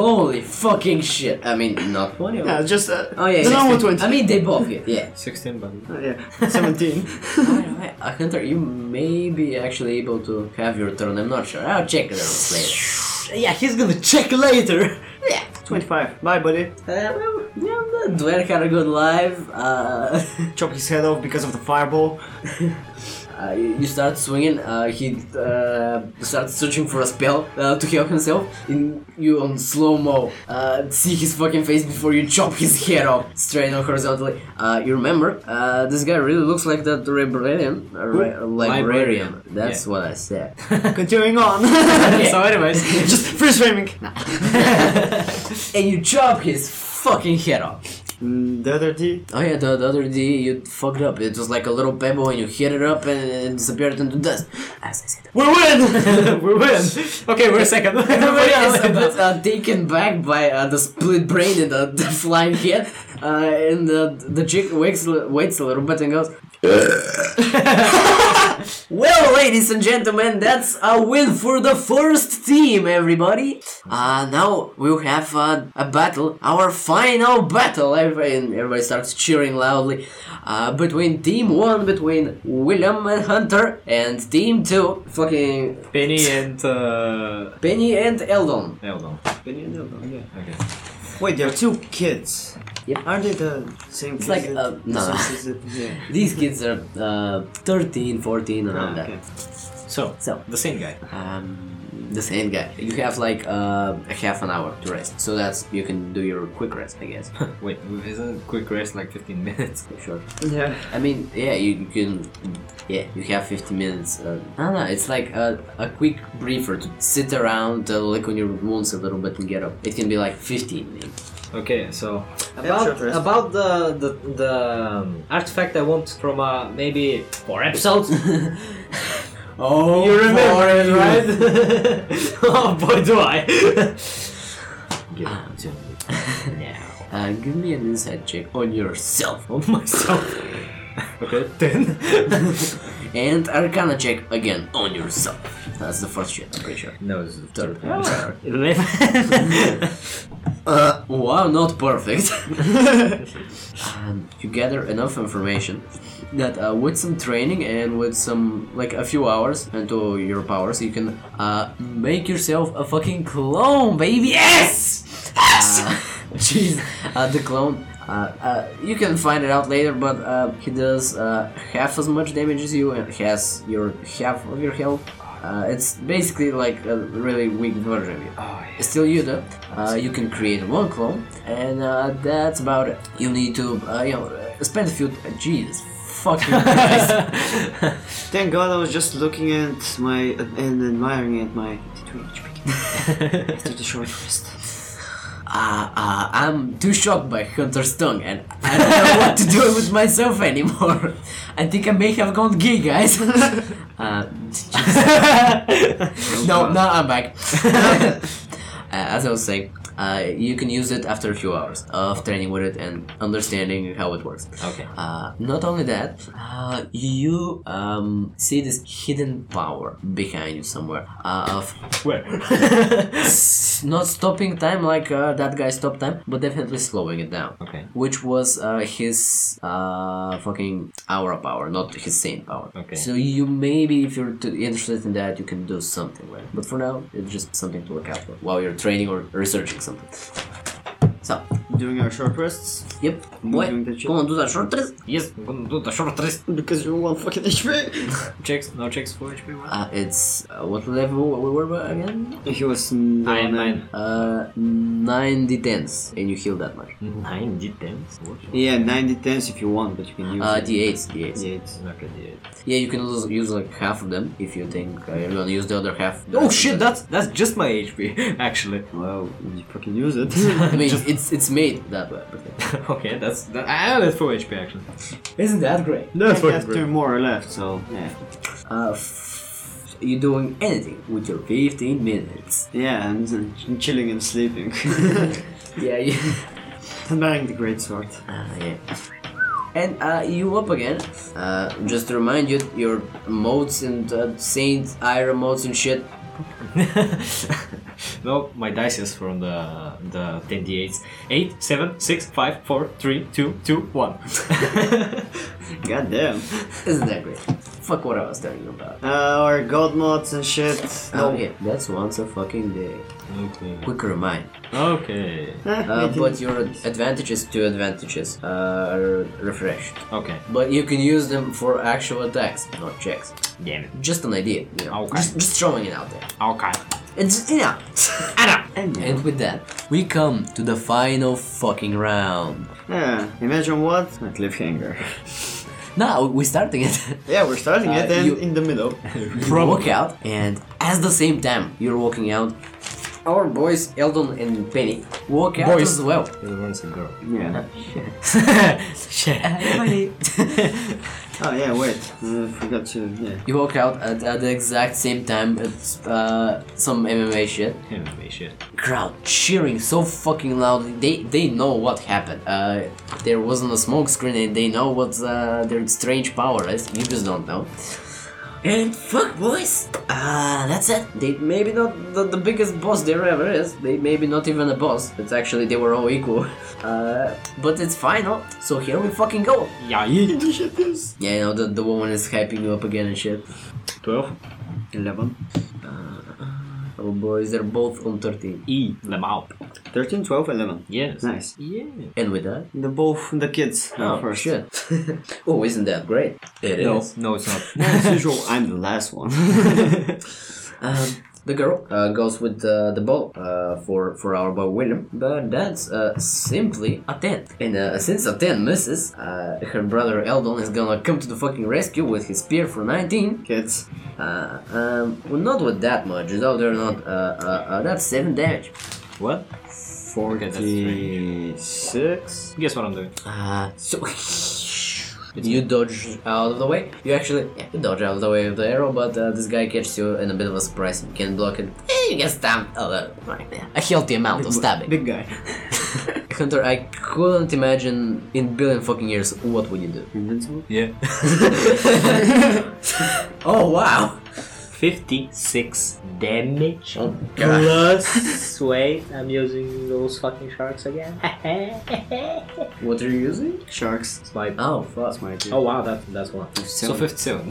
Speaker 1: Holy fucking shit. I mean, not 20. or-
Speaker 2: Yeah, just uh,
Speaker 1: Oh, yeah.
Speaker 2: the normal
Speaker 1: 16.
Speaker 2: <laughs> 20.
Speaker 1: I mean, they both get, yeah.
Speaker 3: 16 button.
Speaker 2: Uh, yeah, <laughs> 17.
Speaker 1: <laughs> Alright, uh, Hunter, you may be actually able to have your turn. I'm not sure. I'll check it out later.
Speaker 3: Yeah, he's gonna check
Speaker 1: <laughs>
Speaker 3: later.
Speaker 2: 25. Bye, buddy.
Speaker 1: Uh, well, yeah, the dwerg had a good life. Uh, <laughs>
Speaker 2: Chop his head off because of the <laughs> fireball.
Speaker 1: uh, you start swinging. Uh, he uh, starts searching for a spell uh, to heal himself. And you on slow mo uh, see his fucking face before you chop his head off straight on horizontally. Uh, you remember uh, this guy really looks like that librarian. Uh, ri- librarian. That's what I said.
Speaker 2: Continuing <laughs> on.
Speaker 3: so,
Speaker 2: <laughs>
Speaker 3: anyways,
Speaker 2: just freeze framing. Nah.
Speaker 1: and you chop his fucking head off.
Speaker 2: Mm, The other D.
Speaker 1: Oh yeah, the, the other day you fucked up. It was like a little pebble and you hit it up and it disappeared into dust. As I said.
Speaker 3: we
Speaker 2: <laughs>
Speaker 3: win. we win. Okay, we're second.
Speaker 1: Everybody is a
Speaker 3: Everybody
Speaker 1: bit uh, taken back by uh, the split brain and the, the flying head. Uh, and the, the chick wakes, waits a little bit and goes, Well, ladies and gentlemen, that's a win for the first team, everybody. Uh, now we'll have uh, a battle, our final battle. Everybody, and everybody starts cheering loudly. Uh, between team one, between William and Hunter, and team two, fucking
Speaker 3: Penny and uh,
Speaker 1: Penny and Eldon.
Speaker 3: Eldon. Okay.
Speaker 2: Wait, there are two kids.
Speaker 1: Yep.
Speaker 2: Aren't they the same kids?
Speaker 1: like,
Speaker 2: that-
Speaker 1: uh, no.
Speaker 2: so- so- so- yeah.
Speaker 1: These kids are uh, 13, 14, <laughs> around
Speaker 2: Ah, okay.
Speaker 1: that.
Speaker 3: So,
Speaker 1: So,
Speaker 3: the same guy.
Speaker 1: um, the same guy. You have like uh, a half an hour to rest, so that's you can do your quick rest, I
Speaker 3: <laughs>
Speaker 1: guess.
Speaker 3: Wait, isn't quick rest like 15 <laughs> minutes?
Speaker 1: sure.
Speaker 2: Yeah.
Speaker 1: I mean, yeah, you, you can. Yeah, you have 15 minutes. Uh, I don't know, it's like a, a quick briefer to sit around, uh, lick on your wounds a little bit, and get up. It can be like 15 minutes.
Speaker 3: Okay, so
Speaker 2: About
Speaker 3: about
Speaker 2: short rest.
Speaker 3: about the the, the um, artifact I want from uh, maybe four episodes.
Speaker 1: Oh,
Speaker 3: you remember it, right?
Speaker 1: <laughs>
Speaker 3: <laughs> oh boy, do I! <laughs> Give it to me now.
Speaker 1: Uh, give me an insight check on yourself.
Speaker 3: On myself. Okay, ten.
Speaker 1: And Arcana check again on yourself. That's the first shit, I'm pretty sure.
Speaker 3: no, it's the
Speaker 1: Third.
Speaker 3: third. Eleven.
Speaker 1: <laughs> Uh, wow, not perfect. <laughs> um, you gather enough information that uh, with some training and with some, like, a few hours into your powers, you can uh, make yourself a fucking clone, baby! Yes! Uh, <laughs> Jeez, uh, the clone. Uh, uh, you can find it out later, but uh, he does uh, half as much damage as you and has your half of your health. Uh, it's basically like a really weak version of you. Still you though. Uh, you can create one clone, and uh, that's about it. You need to, uh, you know, uh, spend a few. Uh, Jesus, fucking Christ.
Speaker 2: Thank God I was just looking at my and admiring at my 52 HP after the short rest.
Speaker 1: Uh, uh, I'm too shocked by Hunter's tongue, and I don't know what to do with myself anymore. <laughs> I think I may have gone gay, guys. <laughs> uh, no, no, I'm back. <laughs> uh, as I was saying, uh, you can use it after a few hours of training with it and understanding how it works.
Speaker 3: Okay.
Speaker 1: Uh, not only that, uh, you um, see this hidden power behind you somewhere uh, of
Speaker 3: Where?
Speaker 1: <laughs> s- not stopping time like uh, that guy stopped time, but definitely slowing it down.
Speaker 3: Okay.
Speaker 1: Which was uh, his uh, fucking aura power, not his sane power.
Speaker 3: Okay.
Speaker 1: So you maybe, if you're too interested in that, you can do something with it. But for now, it's just something to look out for while you're training or researching something. So,
Speaker 2: During our short rests,
Speaker 1: yep. Boy,
Speaker 2: doing that shit?
Speaker 1: wanna do that short rest?
Speaker 3: Yes, I'm gonna do the short rest.
Speaker 2: because you're one fucking HP.
Speaker 3: Checks, no checks for HP. one?
Speaker 1: Uh, it's uh, what level we were by again?
Speaker 2: <laughs> he was
Speaker 3: I am
Speaker 2: nine.
Speaker 3: nine.
Speaker 1: Uh, 90 tens, and you heal that much.
Speaker 3: Nine d10s. What?
Speaker 2: Yeah, 90 tens if you want, but you can use
Speaker 1: Uh,
Speaker 2: it.
Speaker 1: d8s, d8s.
Speaker 2: Yeah, it's-
Speaker 3: Okay, d8.
Speaker 1: Yeah, you can lose, use like half of them if you think uh, you're gonna use the other half.
Speaker 3: Oh shit, that's that's just my HP, <laughs> actually. <laughs>
Speaker 2: Well, you fucking use it.
Speaker 1: <laughs> I mean, it's it's made that way. but-
Speaker 3: okay, that's that, I have it for HP actually. <laughs>
Speaker 1: Isn't that great?
Speaker 2: That's I have two more left, so yeah.
Speaker 1: Uh, f- you doing anything with your 15 minutes?
Speaker 2: Yeah, and, uh, chilling and <laughs> sleeping.
Speaker 1: Yeah, yeah,
Speaker 2: Admiring the great sword.
Speaker 1: <laughs> uh, yeah. And uh, you up again? Uh, just to remind you, your modes and uh, Saint Iron modes and shit
Speaker 5: no, my dice is from the the 10d8s. 8, 7, 6, 5, 4, 3, 2, 2,
Speaker 3: <laughs>
Speaker 5: 1.
Speaker 2: God damn.
Speaker 1: Isn't that great? Fuck what I was telling you about.
Speaker 2: Uh, or god mods and shit.
Speaker 1: Oh yeah, that's once a fucking day.
Speaker 5: okay.
Speaker 1: Quicker mind.
Speaker 5: Okay.
Speaker 1: Uh, but your advantages, two advantages, are refreshed.
Speaker 5: Okay.
Speaker 1: But you can use them for actual attacks, not checks.
Speaker 5: Damn it.
Speaker 1: Just an idea, you know.
Speaker 5: Okay.
Speaker 1: Just, just throwing it out there.
Speaker 5: Okay.
Speaker 1: And just, you know. and, with that, we come to the final fucking round.
Speaker 2: Yeah, imagine what? A
Speaker 1: <laughs>
Speaker 2: cliffhanger.
Speaker 1: Now we're starting <laughs> it.
Speaker 2: Yeah, we're starting
Speaker 1: Uh,
Speaker 2: it and
Speaker 1: you-
Speaker 2: in the
Speaker 1: <laughs>
Speaker 2: middle.
Speaker 1: you walk out, and at the same time you're walking out, our boys Eldon and Penny walk out
Speaker 5: Boys.
Speaker 1: as well.
Speaker 5: It was a
Speaker 3: <laughs>
Speaker 5: girl.
Speaker 2: yeah. Oh yeah, wait. Uh, forgot to. Yeah.
Speaker 1: you walk out at, at the exact same time. It's uh, some MMA shit.
Speaker 5: Anyway, shit.
Speaker 1: crowd cheering so fucking loudly. They they know what happened. Uh, there wasn't a smoke screen, and they know what uh, their strange power is. You just don't know. And fuck boys, uh, that's it. They maybe not the, the biggest boss there ever is. They maybe not even a boss. It's actually they were all equal. <laughs> Uh, but it's final. So here we fucking go.
Speaker 5: Yeah, yeah.
Speaker 1: Yeah, you know the, the woman is hyping you up again and shit.
Speaker 5: 12.
Speaker 2: 11.
Speaker 1: Oh boys, they're both on thirteen.
Speaker 5: E. Lamau.
Speaker 2: 13, 12, 11.
Speaker 5: Yes.
Speaker 2: Nice.
Speaker 5: Yeah.
Speaker 1: And with that,
Speaker 2: The both the kids uh,
Speaker 1: oh
Speaker 2: first.
Speaker 1: shit. <laughs> oh, isn't that great? It is.
Speaker 5: No, no, it's not.
Speaker 2: <laughs> As
Speaker 1: <laughs>
Speaker 2: usual, I'm the last one.
Speaker 1: Um, the girl uh, goes with uh, the ball uh, for for our boy William, but that's uh, simply a ten. And uh, since a ten misses, uh, her brother Eldon is gonna come to the fucking rescue with his spear for nineteen.
Speaker 2: kids.
Speaker 1: Uh, um, well, not with that much, though they're not. Uh, uh, uh, that's seven damage.
Speaker 5: <laughs> what?
Speaker 2: The 6.
Speaker 5: Guess what I'm doing.
Speaker 1: Uh, so <laughs> you dodge out of the way. You actually yeah, you dodge out of the way of the arrow, but uh, this guy catches you in a bit of a surprise and can block it. Eh, you get stabbed a little, right there. A healthy amount of stabbing.
Speaker 2: Big guy.
Speaker 1: Hunter, I couldn't imagine in billion fucking years what would you do.
Speaker 2: Invincible?
Speaker 5: Yeah.
Speaker 1: <laughs> Oh wow!
Speaker 5: 56 damage.
Speaker 1: Oh,
Speaker 5: <laughs>
Speaker 4: Plus, wait, I'm using those fucking sharks again.
Speaker 1: What are you using?
Speaker 2: Sharks.
Speaker 5: Swipe.
Speaker 1: Oh fuck!
Speaker 2: That's my idea.
Speaker 4: oh wow, that, that's one.
Speaker 5: So 57.
Speaker 1: <laughs>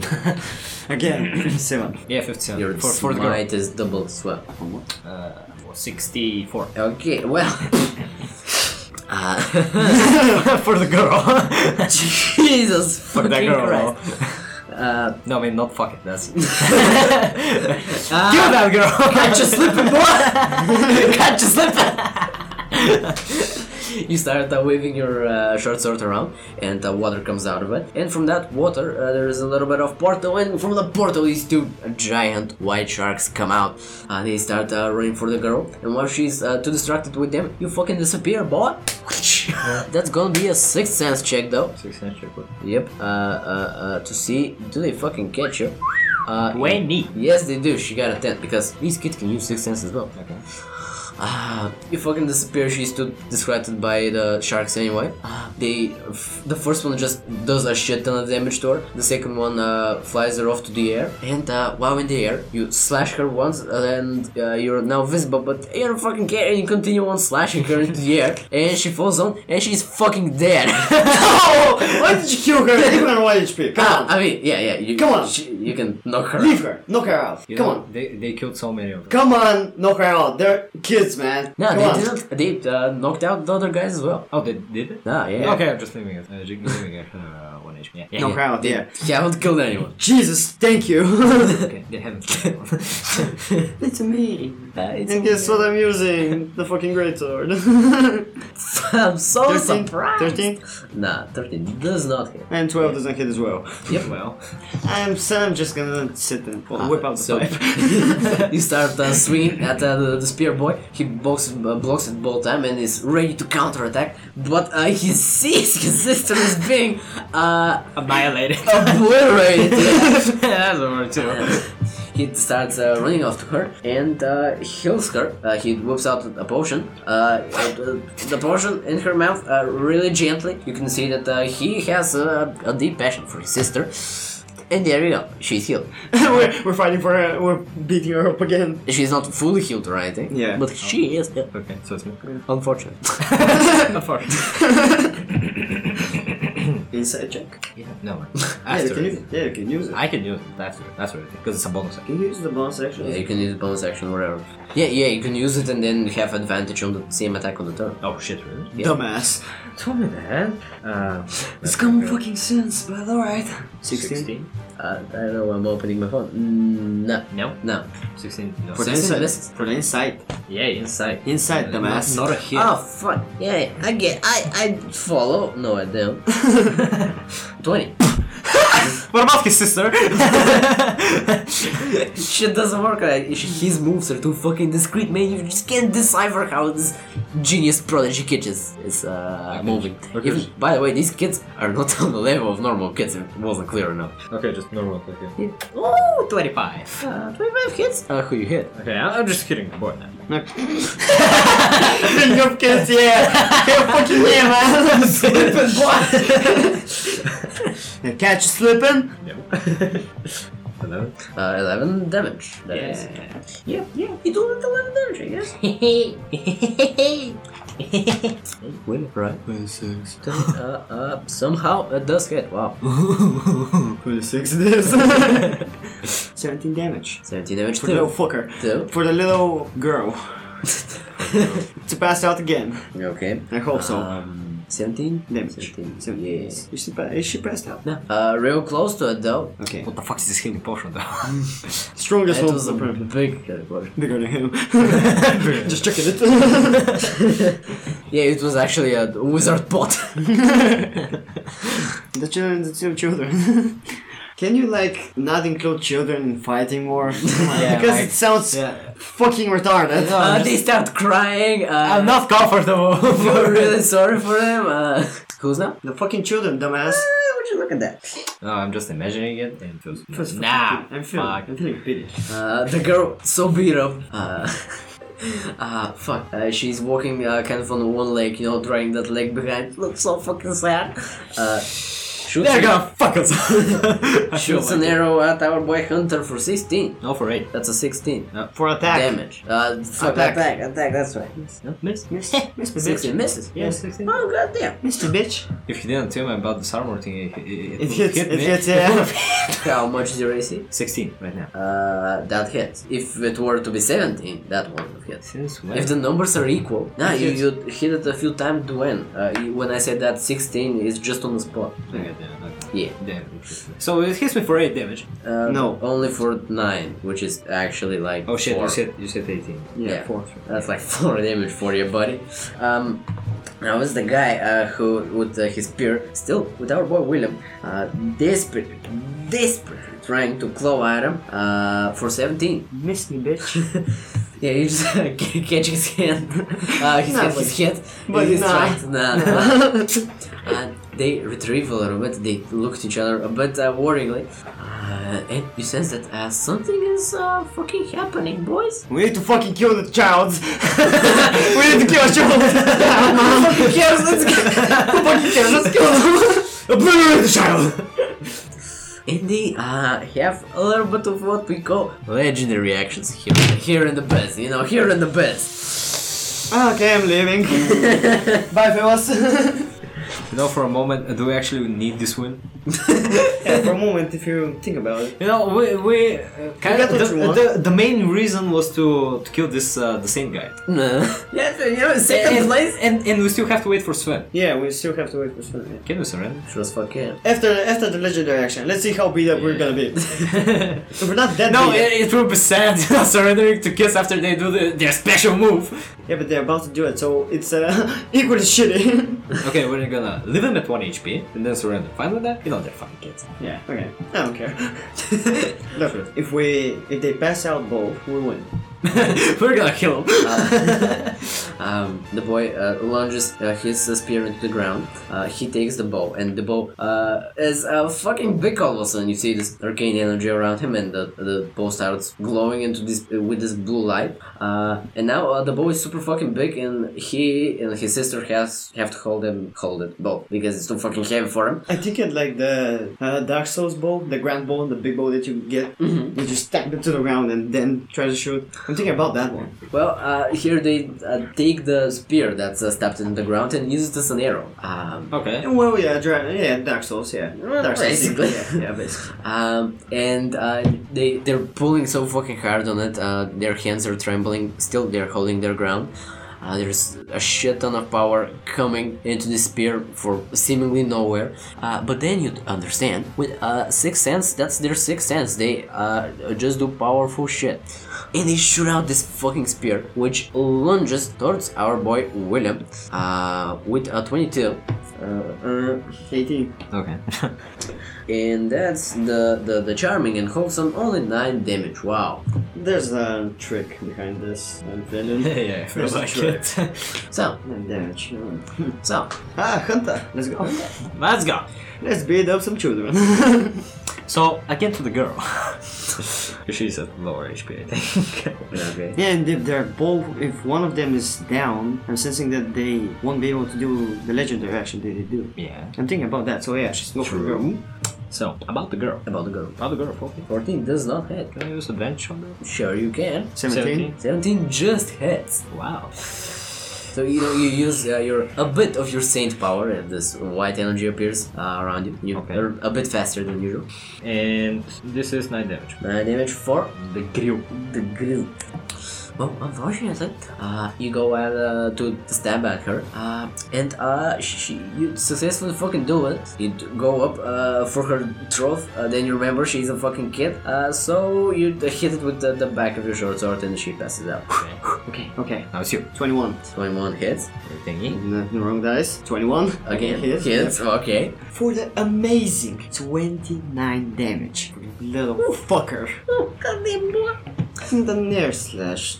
Speaker 2: Again, 7.
Speaker 5: yeah, 57.
Speaker 1: Your
Speaker 5: for, for the girl.
Speaker 1: smite is double as well.
Speaker 5: Uh, 64.
Speaker 1: Okay, well. <laughs>
Speaker 5: <laughs>
Speaker 1: Uh,
Speaker 5: for the girl.
Speaker 1: <laughs> Jesus
Speaker 5: <laughs> for that
Speaker 1: fucking
Speaker 5: girl.
Speaker 1: Christ.
Speaker 5: <laughs> Uh, no, I mean, <laughs> not fuck it. That's. <laughs> Kill that girl! <laughs>
Speaker 1: <laughs> Catch you slipping, <laughs> boy! Catch you slipping! you start uh, waving your uh, short sword around, and uh, water comes out of it. And from that water, uh, there is a little bit of portal, and from the portal, these two giant white sharks come out. Uh, they start uh, running for the girl, and while she's uh, too distracted with them, you fucking disappear, boy! <laughs> That's gonna be a sixth sense check, though.
Speaker 5: Six inch record.
Speaker 1: Yep. Uh, uh, uh, to see, do they fucking catch you? Uh,
Speaker 5: Twenty.
Speaker 1: Yes, they do. She got a 10 because these kids can use six sense as well.
Speaker 5: Okay.
Speaker 1: Ah, you fucking disappear. She's too distracted by the sharks anyway. Ah, They, f- the first one just does a shit ton of damage to her. The second one uh, flies her off to the air, and uh, while in the air, you slash her once, and uh, you're now visible, but you don't fucking care, and you continue on slashing her into the air, and she falls on, and she's fucking
Speaker 2: <laughs>
Speaker 1: dead. <laughs>
Speaker 2: Why did you kill her? Give her 1 HP. Come
Speaker 1: Ah,
Speaker 2: on.
Speaker 1: I mean, yeah, yeah. You,
Speaker 2: Come on.
Speaker 1: she- you can knock her.
Speaker 2: Leave her. Knock her out.
Speaker 5: You
Speaker 2: Come
Speaker 5: know,
Speaker 2: on.
Speaker 5: They, they killed so many of them.
Speaker 2: Come on, knock her out. They're kids, man.
Speaker 1: No,
Speaker 2: Come
Speaker 1: they
Speaker 2: on.
Speaker 1: didn't. They uh, knocked out the other guys as well.
Speaker 5: Oh, they did it?
Speaker 1: Ah, yeah.
Speaker 5: Okay, I'm just leaving it. Uh, just leaving it. Uh, one HP. Yeah. yeah.
Speaker 2: Knock her out, yeah.
Speaker 1: Yeah, I haven't killed
Speaker 2: <laughs>
Speaker 1: anyone.
Speaker 2: Jesus, thank you.
Speaker 5: Okay, they haven't killed one.
Speaker 2: it's me.
Speaker 1: Uh, it's
Speaker 2: And guess what I'm using? The fucking great
Speaker 1: <laughs>
Speaker 2: sword. <laughs>
Speaker 1: I'm so
Speaker 2: 13,
Speaker 1: surprised.
Speaker 2: 13,
Speaker 1: Nah, 13 does not hit.
Speaker 2: and 12 doesn't hit as well.
Speaker 1: Yep.
Speaker 5: Well,
Speaker 2: I'm, so I'm just gonna sit and well, whip out the
Speaker 1: so <laughs>
Speaker 2: pipe. <laughs>
Speaker 1: you start uh, swinging at uh, the, the spear boy. He blocks, uh, blocks it both time and is ready to counterattack. But uh, he <laughs> sees his sister is being uh,
Speaker 5: annihilated.
Speaker 3: <laughs>
Speaker 1: obliterated.
Speaker 5: That's over too.
Speaker 1: <coughs> He starts uh, running off to her and uh, heals her. Uh, he whips out a potion, uh, uh, the potion in her mouth uh, really gently. You can see that uh, he has a, a deep passion for his sister. And there you go. She's healed.
Speaker 2: we're, we're fighting for her. We're beating her up again.
Speaker 1: She's not fully healed or anything.
Speaker 2: Yeah.
Speaker 1: But she is healed.
Speaker 3: Okay, so it's me.
Speaker 1: Unfortunate. <laughs>
Speaker 2: Inside check.
Speaker 3: Yeah, no.
Speaker 2: Yeah, you
Speaker 3: After
Speaker 2: can use
Speaker 3: it.
Speaker 2: it. Yeah, you can use it.
Speaker 3: I can use it after after it because it's a bonus action.
Speaker 2: Can you use the bonus action?
Speaker 1: yeah, you can use bonus action, whatever. Yeah, yeah, you can use it and then have advantage on the same attack on the turn.
Speaker 3: Oh shit, really?
Speaker 1: Yeah.
Speaker 2: Dumbass.
Speaker 3: Tell me that. Uh,
Speaker 2: It's common fucking sense, but alright. 16?
Speaker 1: Uh, I don't know. I'm opening my phone. Mm, no.
Speaker 3: No,
Speaker 1: No.
Speaker 3: sixteen. No.
Speaker 2: For the
Speaker 1: Sense
Speaker 2: inside.
Speaker 1: misses.
Speaker 2: For the inside.
Speaker 3: Yeah, inside.
Speaker 2: Inside,
Speaker 3: Uh,
Speaker 2: dumbass.
Speaker 3: Not, not a hit.
Speaker 1: Oh fuck! Yeah, I get. I I follow. No, I don't. <laughs> Twenty.
Speaker 3: What about his
Speaker 2: <laughs>
Speaker 3: sister?
Speaker 1: Shit doesn't work. Like, sh- his moves are too fucking discreet, man. You just can't decipher how this genius prodigy kid is, is uh, moving.
Speaker 3: Okay.
Speaker 1: Even, by the way, these kids are not <laughs> on the level of normal kids. If it wasn't clear enough.
Speaker 3: okay, just normal. Okay.
Speaker 1: Oh, <sighs>
Speaker 3: 25.
Speaker 1: uh, 25 hits. Uh, who you hit?
Speaker 3: Okay, I- I'm just kidding. Boy, now.
Speaker 2: King of kids, yeah! King of fucking yeah, <laughs> man! slipping, boy! catch you slipping?
Speaker 3: No. <laughs> Hello?
Speaker 1: Uh, 11 damage. That is.
Speaker 6: Yeah, yeah, you do it 11 damage, I guess. Hey,
Speaker 1: <laughs> Will it, right?
Speaker 2: <laughs>
Speaker 1: 26. Uh, uh, somehow it does hit. Wow.
Speaker 2: 26 it <laughs> is. 17 damage.
Speaker 1: 17 damage
Speaker 2: For the little <laughs>
Speaker 1: too.
Speaker 2: fucker.
Speaker 1: Two.
Speaker 2: For the little <laughs> girl. to pass out again.
Speaker 1: Okay.
Speaker 2: I hope so.
Speaker 1: Um, 17?
Speaker 2: damage.
Speaker 1: 17.
Speaker 2: So,
Speaker 1: Yeah.
Speaker 2: Is, she pa- is she passed out?
Speaker 1: No. Uh, real close to it though.
Speaker 2: Okay.
Speaker 3: What the fuck is this healing potion, <laughs> though?
Speaker 2: Strongest
Speaker 1: That
Speaker 2: one
Speaker 1: was a
Speaker 2: apparently.
Speaker 1: big category.
Speaker 2: Bigger than him. Just checking it.
Speaker 1: Yeah, it was actually a wizard pot.
Speaker 2: the children, the two children. <laughs> Can you like not include children in fighting more?
Speaker 1: Yeah,
Speaker 2: <laughs> because
Speaker 1: like-
Speaker 2: it sounds
Speaker 7: yeah.
Speaker 2: fucking retarded.
Speaker 1: <laughs> uh, they start crying. Uh,
Speaker 7: I'm
Speaker 1: <laughs>
Speaker 7: not comfortable.
Speaker 1: We're really sorry for them. Uh, who's now?
Speaker 2: The fucking children, dumbass.
Speaker 1: Would you look at that?
Speaker 3: no, I'm just imagining it and just.
Speaker 2: First fucking
Speaker 3: nah!
Speaker 2: kid. I'm feeling,
Speaker 3: fuck.
Speaker 2: I'm feeling pity.
Speaker 1: Uh, the girl so beat up. Uh, <laughs> uh, fuck. Uh, she's walking uh, kind of on one leg, you know, dragging that leg behind. Looks so fucking sad. Uh, shoots
Speaker 3: They're
Speaker 1: an,
Speaker 3: gonna fuck us! I feel
Speaker 1: shoots an
Speaker 3: like it.
Speaker 1: arrow at our boy Hunter for 16.
Speaker 3: No, for 8.
Speaker 1: That's a 16.
Speaker 2: For attack.
Speaker 1: Damage. Uh, fuck,
Speaker 2: Attack.
Speaker 1: attack. attack, that's right.
Speaker 3: No, miss?
Speaker 2: Miss, miss, miss,
Speaker 1: 16 misses.
Speaker 3: Yeah, 16.
Speaker 1: Oh, goddamn.
Speaker 2: Mr. Bitch.
Speaker 3: If he didn't tell me about this armor thing, it, it,
Speaker 2: It hits,
Speaker 3: hit
Speaker 2: it
Speaker 3: me.
Speaker 2: hits,
Speaker 3: <laughs>
Speaker 2: yeah.
Speaker 1: How much is your AC?
Speaker 3: 16 right now.
Speaker 1: Uh, that hits. If it were to be 17, that one would hit.
Speaker 3: Since when?
Speaker 1: If the numbers are equal, nah, you, you hit it a few times to win. Uh, you, when I said that 16 is just on the spot.
Speaker 3: Okay, damn, okay.
Speaker 1: Yeah.
Speaker 3: Damn, it hits me. So it hits me for 8 damage.
Speaker 1: Uh,
Speaker 2: No.
Speaker 1: Only for 9, which is actually like.
Speaker 3: Oh shit,
Speaker 1: four.
Speaker 3: you said, you said 18.
Speaker 1: Yeah.
Speaker 2: four.
Speaker 1: That's like <laughs> 4 damage for your buddy. Um, I was the guy uh, who, with uh, his spear, still with our boy William, uh, desperate, desperate. Trying to claw at him uh, for 17.
Speaker 2: Miss me, bitch.
Speaker 1: <laughs> Yeah, he just <laughs> uh, catch his hand. <laughs> Uh, his,
Speaker 2: Nah,
Speaker 1: hand,
Speaker 2: but-
Speaker 1: his hand.
Speaker 2: but
Speaker 1: he's
Speaker 2: nah.
Speaker 1: trying.
Speaker 2: <laughs>
Speaker 1: Nah, nah. And they retrieve a little bit. They look at each other a bit uh, worryingly, uh, and you sense that uh, something is uh, fucking happening, boys.
Speaker 2: we need to fucking kill the child. we need to kill a child. Yeah, man.
Speaker 1: Who cares? Let's go. Who fucking cares? Let's
Speaker 2: <laughs>
Speaker 1: go.
Speaker 2: Obliterate the child.
Speaker 1: And they uh, have a little bit of what we call legendary actions here, here in the best. You know, here in the best.
Speaker 2: Okay, I'm leaving. Bye, fellas.
Speaker 3: You know, for a moment, uh, do we actually need this win?
Speaker 2: yeah, for a moment, if you think about it.
Speaker 3: You know, we, we uh, kind
Speaker 2: got
Speaker 3: of,
Speaker 2: what
Speaker 3: the,
Speaker 2: you want.
Speaker 3: the, the main reason was to, to kill this uh, the same guy.
Speaker 1: <laughs> yeah, you know,
Speaker 3: Eh,
Speaker 1: second place.
Speaker 3: And and we still have to wait for Sven.
Speaker 2: Yeah, we still have to wait for something.
Speaker 3: Can we surrender?
Speaker 1: She was fucking.
Speaker 2: After after the legendary action, let's see how beat up we're gonna be. If <laughs> we're not that
Speaker 3: no,
Speaker 2: beat up-
Speaker 3: it, it will be sad <laughs> surrendering to kids after they do the, their special move.
Speaker 2: yeah, but they're about to do it, so it's uh, <laughs> equally shitty.
Speaker 3: okay, we're gonna leave them at 1 HP and then surrender. Fine with that? You know, they're fucking kids.
Speaker 2: <laughs> yeah, <laughs> <laughs> okay, I don't care. Look, if we if they pass out both, we win.
Speaker 5: We're gonna kill him.
Speaker 1: Uh, <laughs> um, the boy uh, lunges uh, his uh, spear into the ground. Uh, he takes the bow, and the bow uh, is uh, fucking big all of a sudden. You see this arcane energy around him, and the, the bow starts glowing into this with this blue light. Uh, and now uh, the bow is super fucking big, and he and his sister has have to hold him hold it bow because it's too fucking heavy for him.
Speaker 2: I think it like the uh, Dark Souls bow, the grand bow, and the big bow that you get. You just tap it to the ground and then try to shoot. I'm thinking about that one.
Speaker 1: Well, uh, here they uh, take the spear that's uh, stabbed in the ground and use it as an arrow. Um,
Speaker 5: Okay.
Speaker 2: Well, yeah, dra- yeah, Dark Souls, yeah, Dark Souls,
Speaker 1: basically.
Speaker 2: yeah, yeah, <laughs> basically.
Speaker 1: Um, and uh, they they're pulling so fucking hard on it. Uh, their hands are trembling. Still, they're holding their ground. Uh, there's a shit ton of power coming into the spear for seemingly nowhere. Uh, but then you understand with uh, sixth sense, that's their sixth sense. They uh, just do powerful shit, and they shoot out this fucking spear, which lunges towards our boy William uh, with a 22. Uh, uh,
Speaker 2: 18.
Speaker 5: Okay.
Speaker 1: and that's the, the, the charming and wholesome only 9 damage. Wow.
Speaker 2: There's a trick behind this. I'm <laughs>
Speaker 5: <laughs> <laughs>
Speaker 2: feeling.
Speaker 5: yeah, I feel
Speaker 2: First
Speaker 5: like
Speaker 2: try.
Speaker 5: it.
Speaker 1: So,
Speaker 2: And damage. <laughs>
Speaker 1: so,
Speaker 2: ah, Hunter, let's go.
Speaker 5: Let's go.
Speaker 2: Let's beat up some children. <laughs>
Speaker 5: So again to the <laughs> girl. She's at lower HP, I <laughs> think. okay.
Speaker 2: yeah, and if they're both, if one of them is down, I'm sensing that they won't be able to do the legendary action that they do.
Speaker 5: Yeah.
Speaker 2: I'm thinking about that, so yeah, she's go for the
Speaker 5: True.
Speaker 2: girl.
Speaker 5: So about the girl.
Speaker 1: about the girl.
Speaker 5: About the girl. Okay.
Speaker 1: 14 does not hit.
Speaker 5: Can I use advantage on that?
Speaker 1: Sure, you can.
Speaker 2: 17.
Speaker 1: 17 just hits.
Speaker 5: Wow.
Speaker 1: So, you know, you use uh, your a bit of your saint power and this white energy appears uh, around you. you
Speaker 5: Okay.
Speaker 1: are a bit faster than usual.
Speaker 5: And this is nine damage.
Speaker 1: 9 damage for
Speaker 5: The grill.
Speaker 1: the grill. Well, unfortunately, uh, you go at, uh, to stab at her, uh, and uh, she, you successfully fucking do it. You d- go up uh, for her throat, uh, then you remember she's a fucking kid, uh, so you d- hit it with the, the back of your short sword and she passes <sighs> out.
Speaker 2: Okay, okay.
Speaker 5: Now it's you.
Speaker 2: 21.
Speaker 1: 21 hits.
Speaker 5: Thingy.
Speaker 2: Nothing wrong, guys. 21.
Speaker 1: Again,
Speaker 2: Hits,
Speaker 1: hits, okay.
Speaker 2: yeah. For the amazing 29 damage. Little fucker. The Nair slash.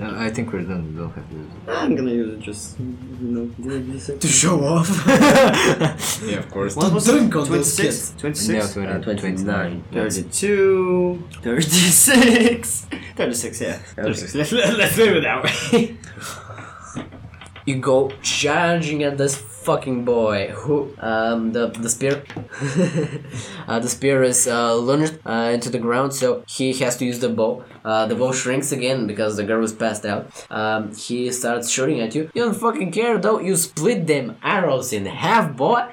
Speaker 5: I think we're done. We don't have to use
Speaker 2: I'm gonna use it just, you know, this
Speaker 1: To show
Speaker 2: <laughs>
Speaker 1: off.
Speaker 5: it. <laughs> Yeah, of course.
Speaker 2: What was
Speaker 1: dunk
Speaker 2: it?
Speaker 1: on those
Speaker 2: 26? 26?
Speaker 1: Uh, 29.
Speaker 2: 32, <laughs> 36, 36, yeah.
Speaker 5: Let's, let's, let's leave it that way.
Speaker 1: You go charging at this fucking boy who um the the spear <laughs> uh, the spear is uh, lunged uh, into the ground so he has to use the bow uh, the bow shrinks again because the girl was passed out um, he starts shooting at you you don't fucking care though you split them arrows in half boy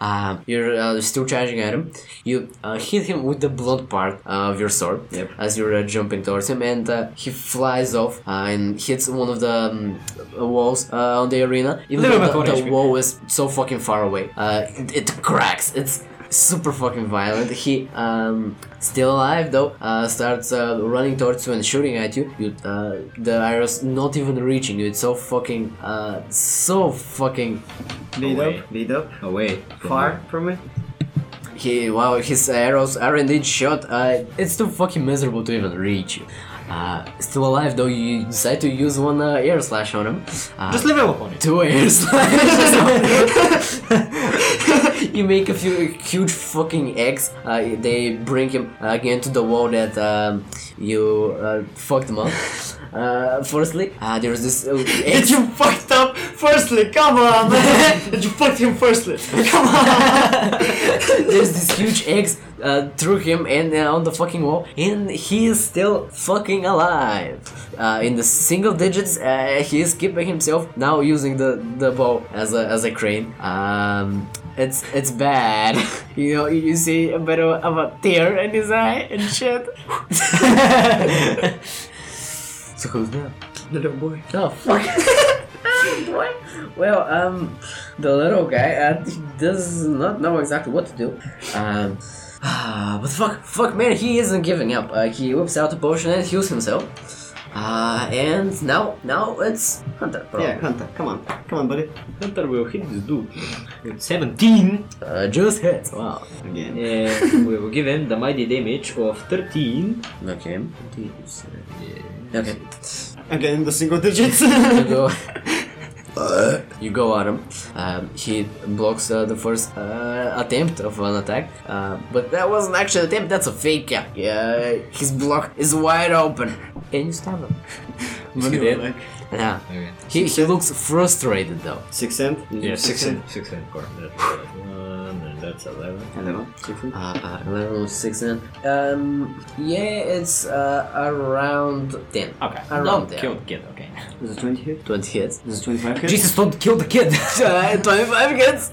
Speaker 1: um, you're uh, still charging at him you uh, hit him with the blunt part uh, of your sword
Speaker 2: Yep.
Speaker 1: as you're uh, jumping towards him, and uh, he flies off uh, and hits one of the um, walls uh, on the arena. Even
Speaker 5: Little
Speaker 1: though
Speaker 5: bit
Speaker 1: the,
Speaker 5: more
Speaker 1: the
Speaker 5: HP.
Speaker 1: wall is so fucking far away, uh, it, it cracks. It's super fucking violent. He um, still alive though. Uh, starts uh, running towards you and shooting at you. You uh, the arrows not even reaching you. It's so fucking uh, so fucking
Speaker 2: Lead
Speaker 5: Away.
Speaker 2: <laughs> up, lead up.
Speaker 5: Away.
Speaker 2: Far from it.
Speaker 1: He wow, his arrows are indeed shot. Uh, it's too fucking miserable to even reach you. Uh, still alive though, you decide to use one uh, air slash on him. Uh,
Speaker 5: Just leave him upon it.
Speaker 1: two air slashes. on- <laughs> you make a few a huge fucking eggs. Uh, they bring him uh, again to the wall that um, you uh, fucked him up. Uh, firstly, uh, there's this uh, egg-
Speaker 2: Did you fucked up? Firstly, come on, <laughs> man. Did you fucked him firstly? Come on.
Speaker 1: <laughs> There's this huge X uh, through him and uh, on the fucking wall, and he is still fucking alive. Uh, in the single digits, uh, he is keeping himself now using the, the bow as a, as a crane. Um, it's it's bad. <laughs> You know, you see a bit of, of a tear in his eye and shit. <laughs> so who's now?
Speaker 2: Little boy.
Speaker 1: Oh fuck. <laughs> Ah, Boy. Well, um, the little guy uh, does not know exactly what to do. Um, ah, but fuck, fuck, man, he isn't giving up. Uh, he whips out a potion and heals himself. Uh, and now, now it's Hunter. Probably.
Speaker 2: <laughs> Yeah, Hunter, come on. Come on, buddy.
Speaker 3: Hunter will hit this dude. With 17.
Speaker 1: Uh, just hits. Wow.
Speaker 2: Again.
Speaker 3: And we will give him the mighty damage of 13.
Speaker 1: Okay. Okay.
Speaker 2: Again, the <laughs> single digits.
Speaker 1: You go. <laughs> You go at him. Um, he blocks uh, the first uh, attempt of an attack, uh, but that was an actual attempt. That's a fake. Yeah, yeah. His block is wide open, and you stab <laughs> him.
Speaker 3: He
Speaker 1: You
Speaker 3: did.
Speaker 2: <laughs>
Speaker 1: like- Yeah.
Speaker 3: Okay.
Speaker 1: He, he looks frustrated though.
Speaker 2: Six and?
Speaker 3: Yeah, 6 and 6 and corn. That's uh, 1, and that's 11.
Speaker 2: Eleven. Six Ah, and?
Speaker 1: Uh, uh, level six and um, yeah, it's uh, around ten.
Speaker 3: Okay.
Speaker 1: Around
Speaker 3: No,
Speaker 1: there.
Speaker 3: killed kid, okay.
Speaker 2: There's a 20 hit.
Speaker 1: Twenty hits.
Speaker 2: There's a 25 hit.
Speaker 1: Jesus, don't kill the kid. <laughs> uh, Twenty-five hits.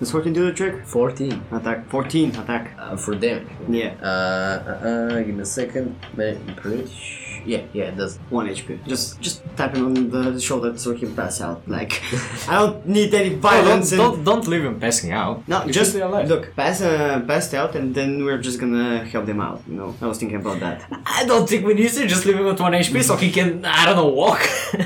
Speaker 2: Does 14 do the trick?
Speaker 1: Fourteen
Speaker 2: Attack. 14 attack.
Speaker 1: uh, for damage.
Speaker 2: Yeah.
Speaker 1: Uh, uh, uh, give me a second. Man, pretty sh- yeah, yeah, it does.
Speaker 2: 1 HP. Just just tap him on the shoulder so he pass out. <laughs> Like, I Oh, don't need any violence. and-
Speaker 3: don't leave him passing out.
Speaker 2: No,
Speaker 3: You should
Speaker 2: just
Speaker 3: be alive.
Speaker 2: look, pass, uh, pass out, and then we're just gonna help them out. You know, I was thinking about that.
Speaker 3: I don't think we need to just leave him with 1 HP so he can, I don't know, walk. <laughs>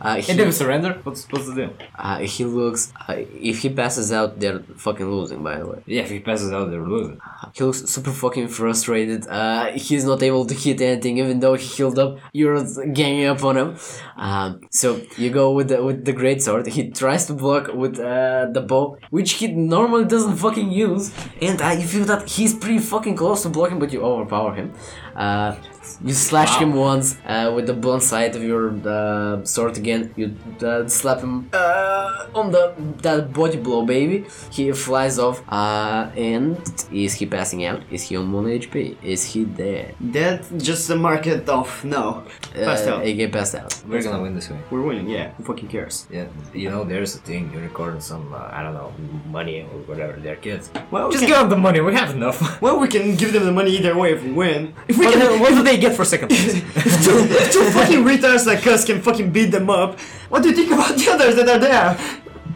Speaker 1: Uh,
Speaker 3: and then
Speaker 1: he,
Speaker 3: we surrender. What's, what's the deal?
Speaker 1: uh, he looks. Uh, if he passes out, they're fucking losing. By the way,
Speaker 3: Yeah, if he passes out, they're losing.
Speaker 1: he looks super fucking frustrated. Uh, he's not able to hit anything, even though he healed up. You're ganging up on him. Um, so you go with the, with the great sword. He tries to block with uh, the bow, which he normally doesn't fucking use. And uh, you feel that he's pretty fucking close to blocking, but you overpower him. Uh, you slash him once uh, with the blunt side of your uh, sword again. You uh, slap him uh, on the that body blow, baby. He flies off. Uh, and is he passing out? Is he on one HP? Is he dead?
Speaker 2: That just the market of no. Passed
Speaker 1: Uh,
Speaker 2: out.
Speaker 1: Again, passed out.
Speaker 3: We're gonna win this way.
Speaker 2: We're winning. Yeah. Who fucking cares?
Speaker 3: Yeah, you know, there's a thing. You record some, uh, I don't know, money or whatever. They're kids.
Speaker 2: Well,
Speaker 3: Just
Speaker 2: we
Speaker 3: give
Speaker 2: can,
Speaker 3: them the money. We have enough. <laughs>
Speaker 2: well, we can give them the money either way if we win. <laughs> If we
Speaker 3: what,
Speaker 2: can,
Speaker 3: do- what do they get for second <laughs> place?
Speaker 2: if two, if two fucking retards like us can fucking beat them up, what do you think about the others that are there?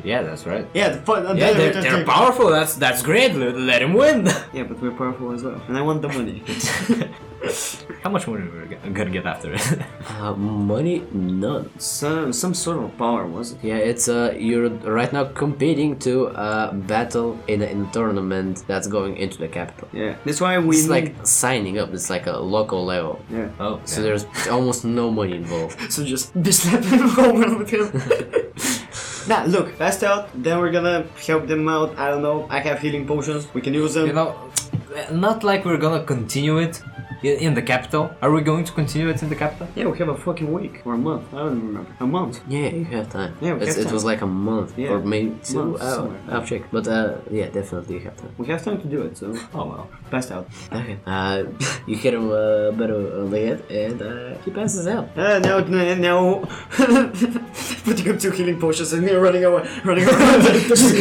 Speaker 3: yeah, that's right.
Speaker 2: Yeah, the, fu- the
Speaker 3: Yeah,
Speaker 2: other
Speaker 3: they're,
Speaker 2: retards
Speaker 3: they're
Speaker 2: are-
Speaker 3: powerful. That's that's great. Let, let him win. <laughs>
Speaker 2: Yeah, but we're powerful as well, and I want the money.
Speaker 3: How much money we're gonna get after it? <laughs>
Speaker 1: Uh, money? None.
Speaker 2: some some sort of power was it?
Speaker 1: Yeah, it's uh, you're right now competing to uh, battle in a, in a tournament that's going into the capital.
Speaker 2: Yeah, that's why we
Speaker 1: It's
Speaker 2: need-
Speaker 1: like signing up. It's like a local level.
Speaker 2: yeah.
Speaker 3: oh,
Speaker 1: So there's almost no money involved.
Speaker 2: So just be slapping over with him. nah, look, passed out. Then we're gonna help them out. I don't know. I have healing potions. We can use them.
Speaker 3: you know, not like we're gonna continue it i- in the capital. Are we going to continue it in the capital?
Speaker 2: yeah, we have a fucking week or a month. I don't remember. A month.
Speaker 1: Yeah, you have time.
Speaker 2: Mm. Yeah, we
Speaker 1: It's-
Speaker 2: have
Speaker 1: it was like a month
Speaker 2: Yeah,
Speaker 1: or maybe two.
Speaker 2: month,
Speaker 1: I'll,
Speaker 2: somewhere.
Speaker 1: I'll check. But uh, yeah, definitely you have time.
Speaker 2: We have time to do it. So
Speaker 3: Oh well.
Speaker 2: passed out.
Speaker 1: Okay. Uh, <laughs> you hit him a uh, bit on the head, and uh, he passes out.
Speaker 2: Uh, now, now, now. <laughs> putting up two healing potions and they're running away, running around. <laughs> just,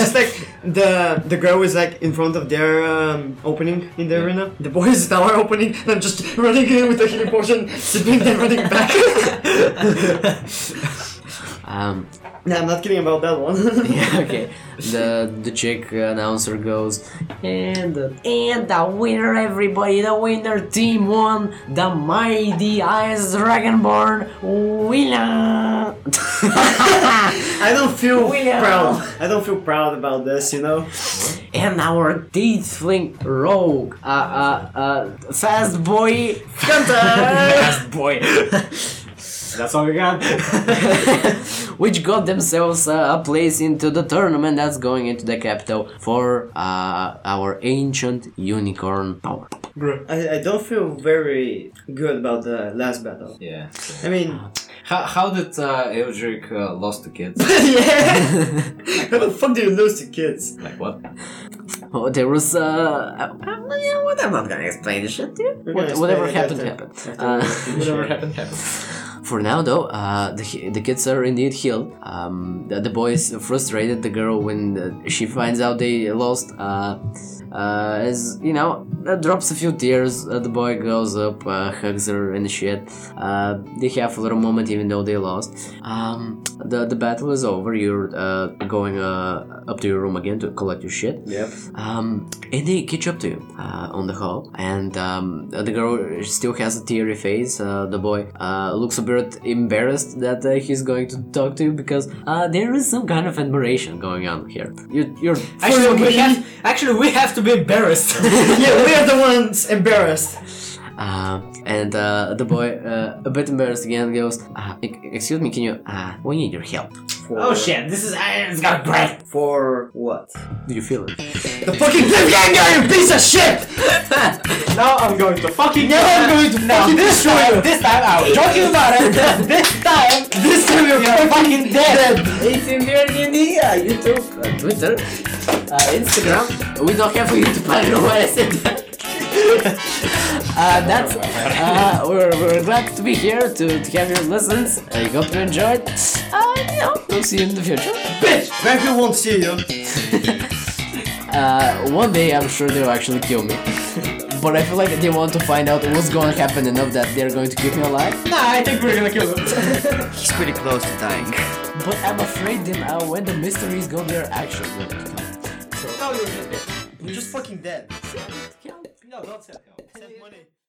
Speaker 2: just like the the girl is like in front of their um, opening in the arena. The boy is in our opening, and I'm just running in with a healing potion, sipping, then running back. <laughs>
Speaker 1: Um, <laughs>
Speaker 2: No, I'm not kidding about that one.
Speaker 1: yeah, okay. The the chick announcer goes, and and the winner, everybody, the winner team won the mighty Ice Dragonborn winner.
Speaker 2: <laughs>
Speaker 1: <laughs>
Speaker 2: I don't feel
Speaker 1: We are-
Speaker 2: proud. I don't feel proud about this, you know.
Speaker 1: and our tiefling rogue, uh, uh, uh, fast boy Hunter,
Speaker 3: Yes, boy. That's all we got.
Speaker 1: which got themselves uh, a place into the tournament that's going into the capital for uh, our ancient unicorn power.
Speaker 2: I, I don't feel very good about the last battle.
Speaker 3: <laughs> yeah.
Speaker 2: I mean,
Speaker 3: Ah. How, how did uh, Eldrick uh, lost the kids?
Speaker 2: <laughs> yeah. How the fuck do you lose to kids?
Speaker 3: like what?
Speaker 1: Oh, there was uh, uh, yeah, what I'm not gonna explain the shit to you.
Speaker 2: We're
Speaker 1: What,
Speaker 2: gonna
Speaker 1: whatever
Speaker 2: explain it
Speaker 1: happened
Speaker 2: after-
Speaker 1: happened. Uh,
Speaker 2: after <laughs> we finish
Speaker 3: Whatever
Speaker 2: here.
Speaker 3: happened happened.
Speaker 1: For now, though, uh, the, he- the kids are indeed healed. Um, the, the boy is frustrated. The girl, when uh, she finds out they lost, uh, uh, is you know uh, drops a few tears. Uh, the boy goes up, uh, hugs her and shit. Uh, they have a little moment, even though they lost. Um, the the battle is over. You're uh, going uh, up to your room again to collect your shit.
Speaker 8: Yep.
Speaker 1: Um, and they catch up to you uh, on the hall, and um, the girl still has a teary face. Uh, the boy uh, looks a bit embarrassed that uh, he's going to talk to you because uh, there is some kind of admiration going on here. You, you're
Speaker 2: Actually, we have,
Speaker 3: Actually, we have to be embarrassed.
Speaker 2: yeah, we are the ones embarrassed.
Speaker 1: <laughs> Uh, and uh, the boy, uh, a bit embarrassed again, goes, uh, "Ex- "Excuse me, can you? Uh, we need your help.
Speaker 8: For,
Speaker 3: <laughs> oh shit! This is it's got great.
Speaker 8: For what?
Speaker 1: Do you feel it?
Speaker 2: The fucking cliffhanger, you piece of shit!
Speaker 3: <laughs> Now I'm going to fucking.
Speaker 2: Now I'm going to
Speaker 3: Now
Speaker 2: fucking
Speaker 3: this
Speaker 2: destroy
Speaker 3: time,
Speaker 2: you.
Speaker 3: this time I was joking
Speaker 2: <laughs>
Speaker 3: about it. this time,
Speaker 2: This time you're
Speaker 3: you're fucking dead.
Speaker 8: It's in your India, YouTube.
Speaker 1: Uh, Twitter, uh, Instagram. We don't have you to find know why I said that." <laughs> uh, that's uh, we're, we're glad to be here to, to have your lessons. I hope you enjoyed. Uh, you know, we'll see you in the future.
Speaker 2: Bitch! Vampire won't see you.
Speaker 1: Uh, one day I'm sure they'll actually kill me. <laughs> But I feel like they want to find out what's going to happen enough that they're going to keep me alive.
Speaker 3: Nah, I think we're gonna kill him.
Speaker 2: <laughs> He's pretty close to dying.
Speaker 1: But I'm afraid then uh, when the mysteries go, they're actually going to come.
Speaker 2: You're just fucking dead.
Speaker 1: Yeah.
Speaker 2: No, don't send. Send money.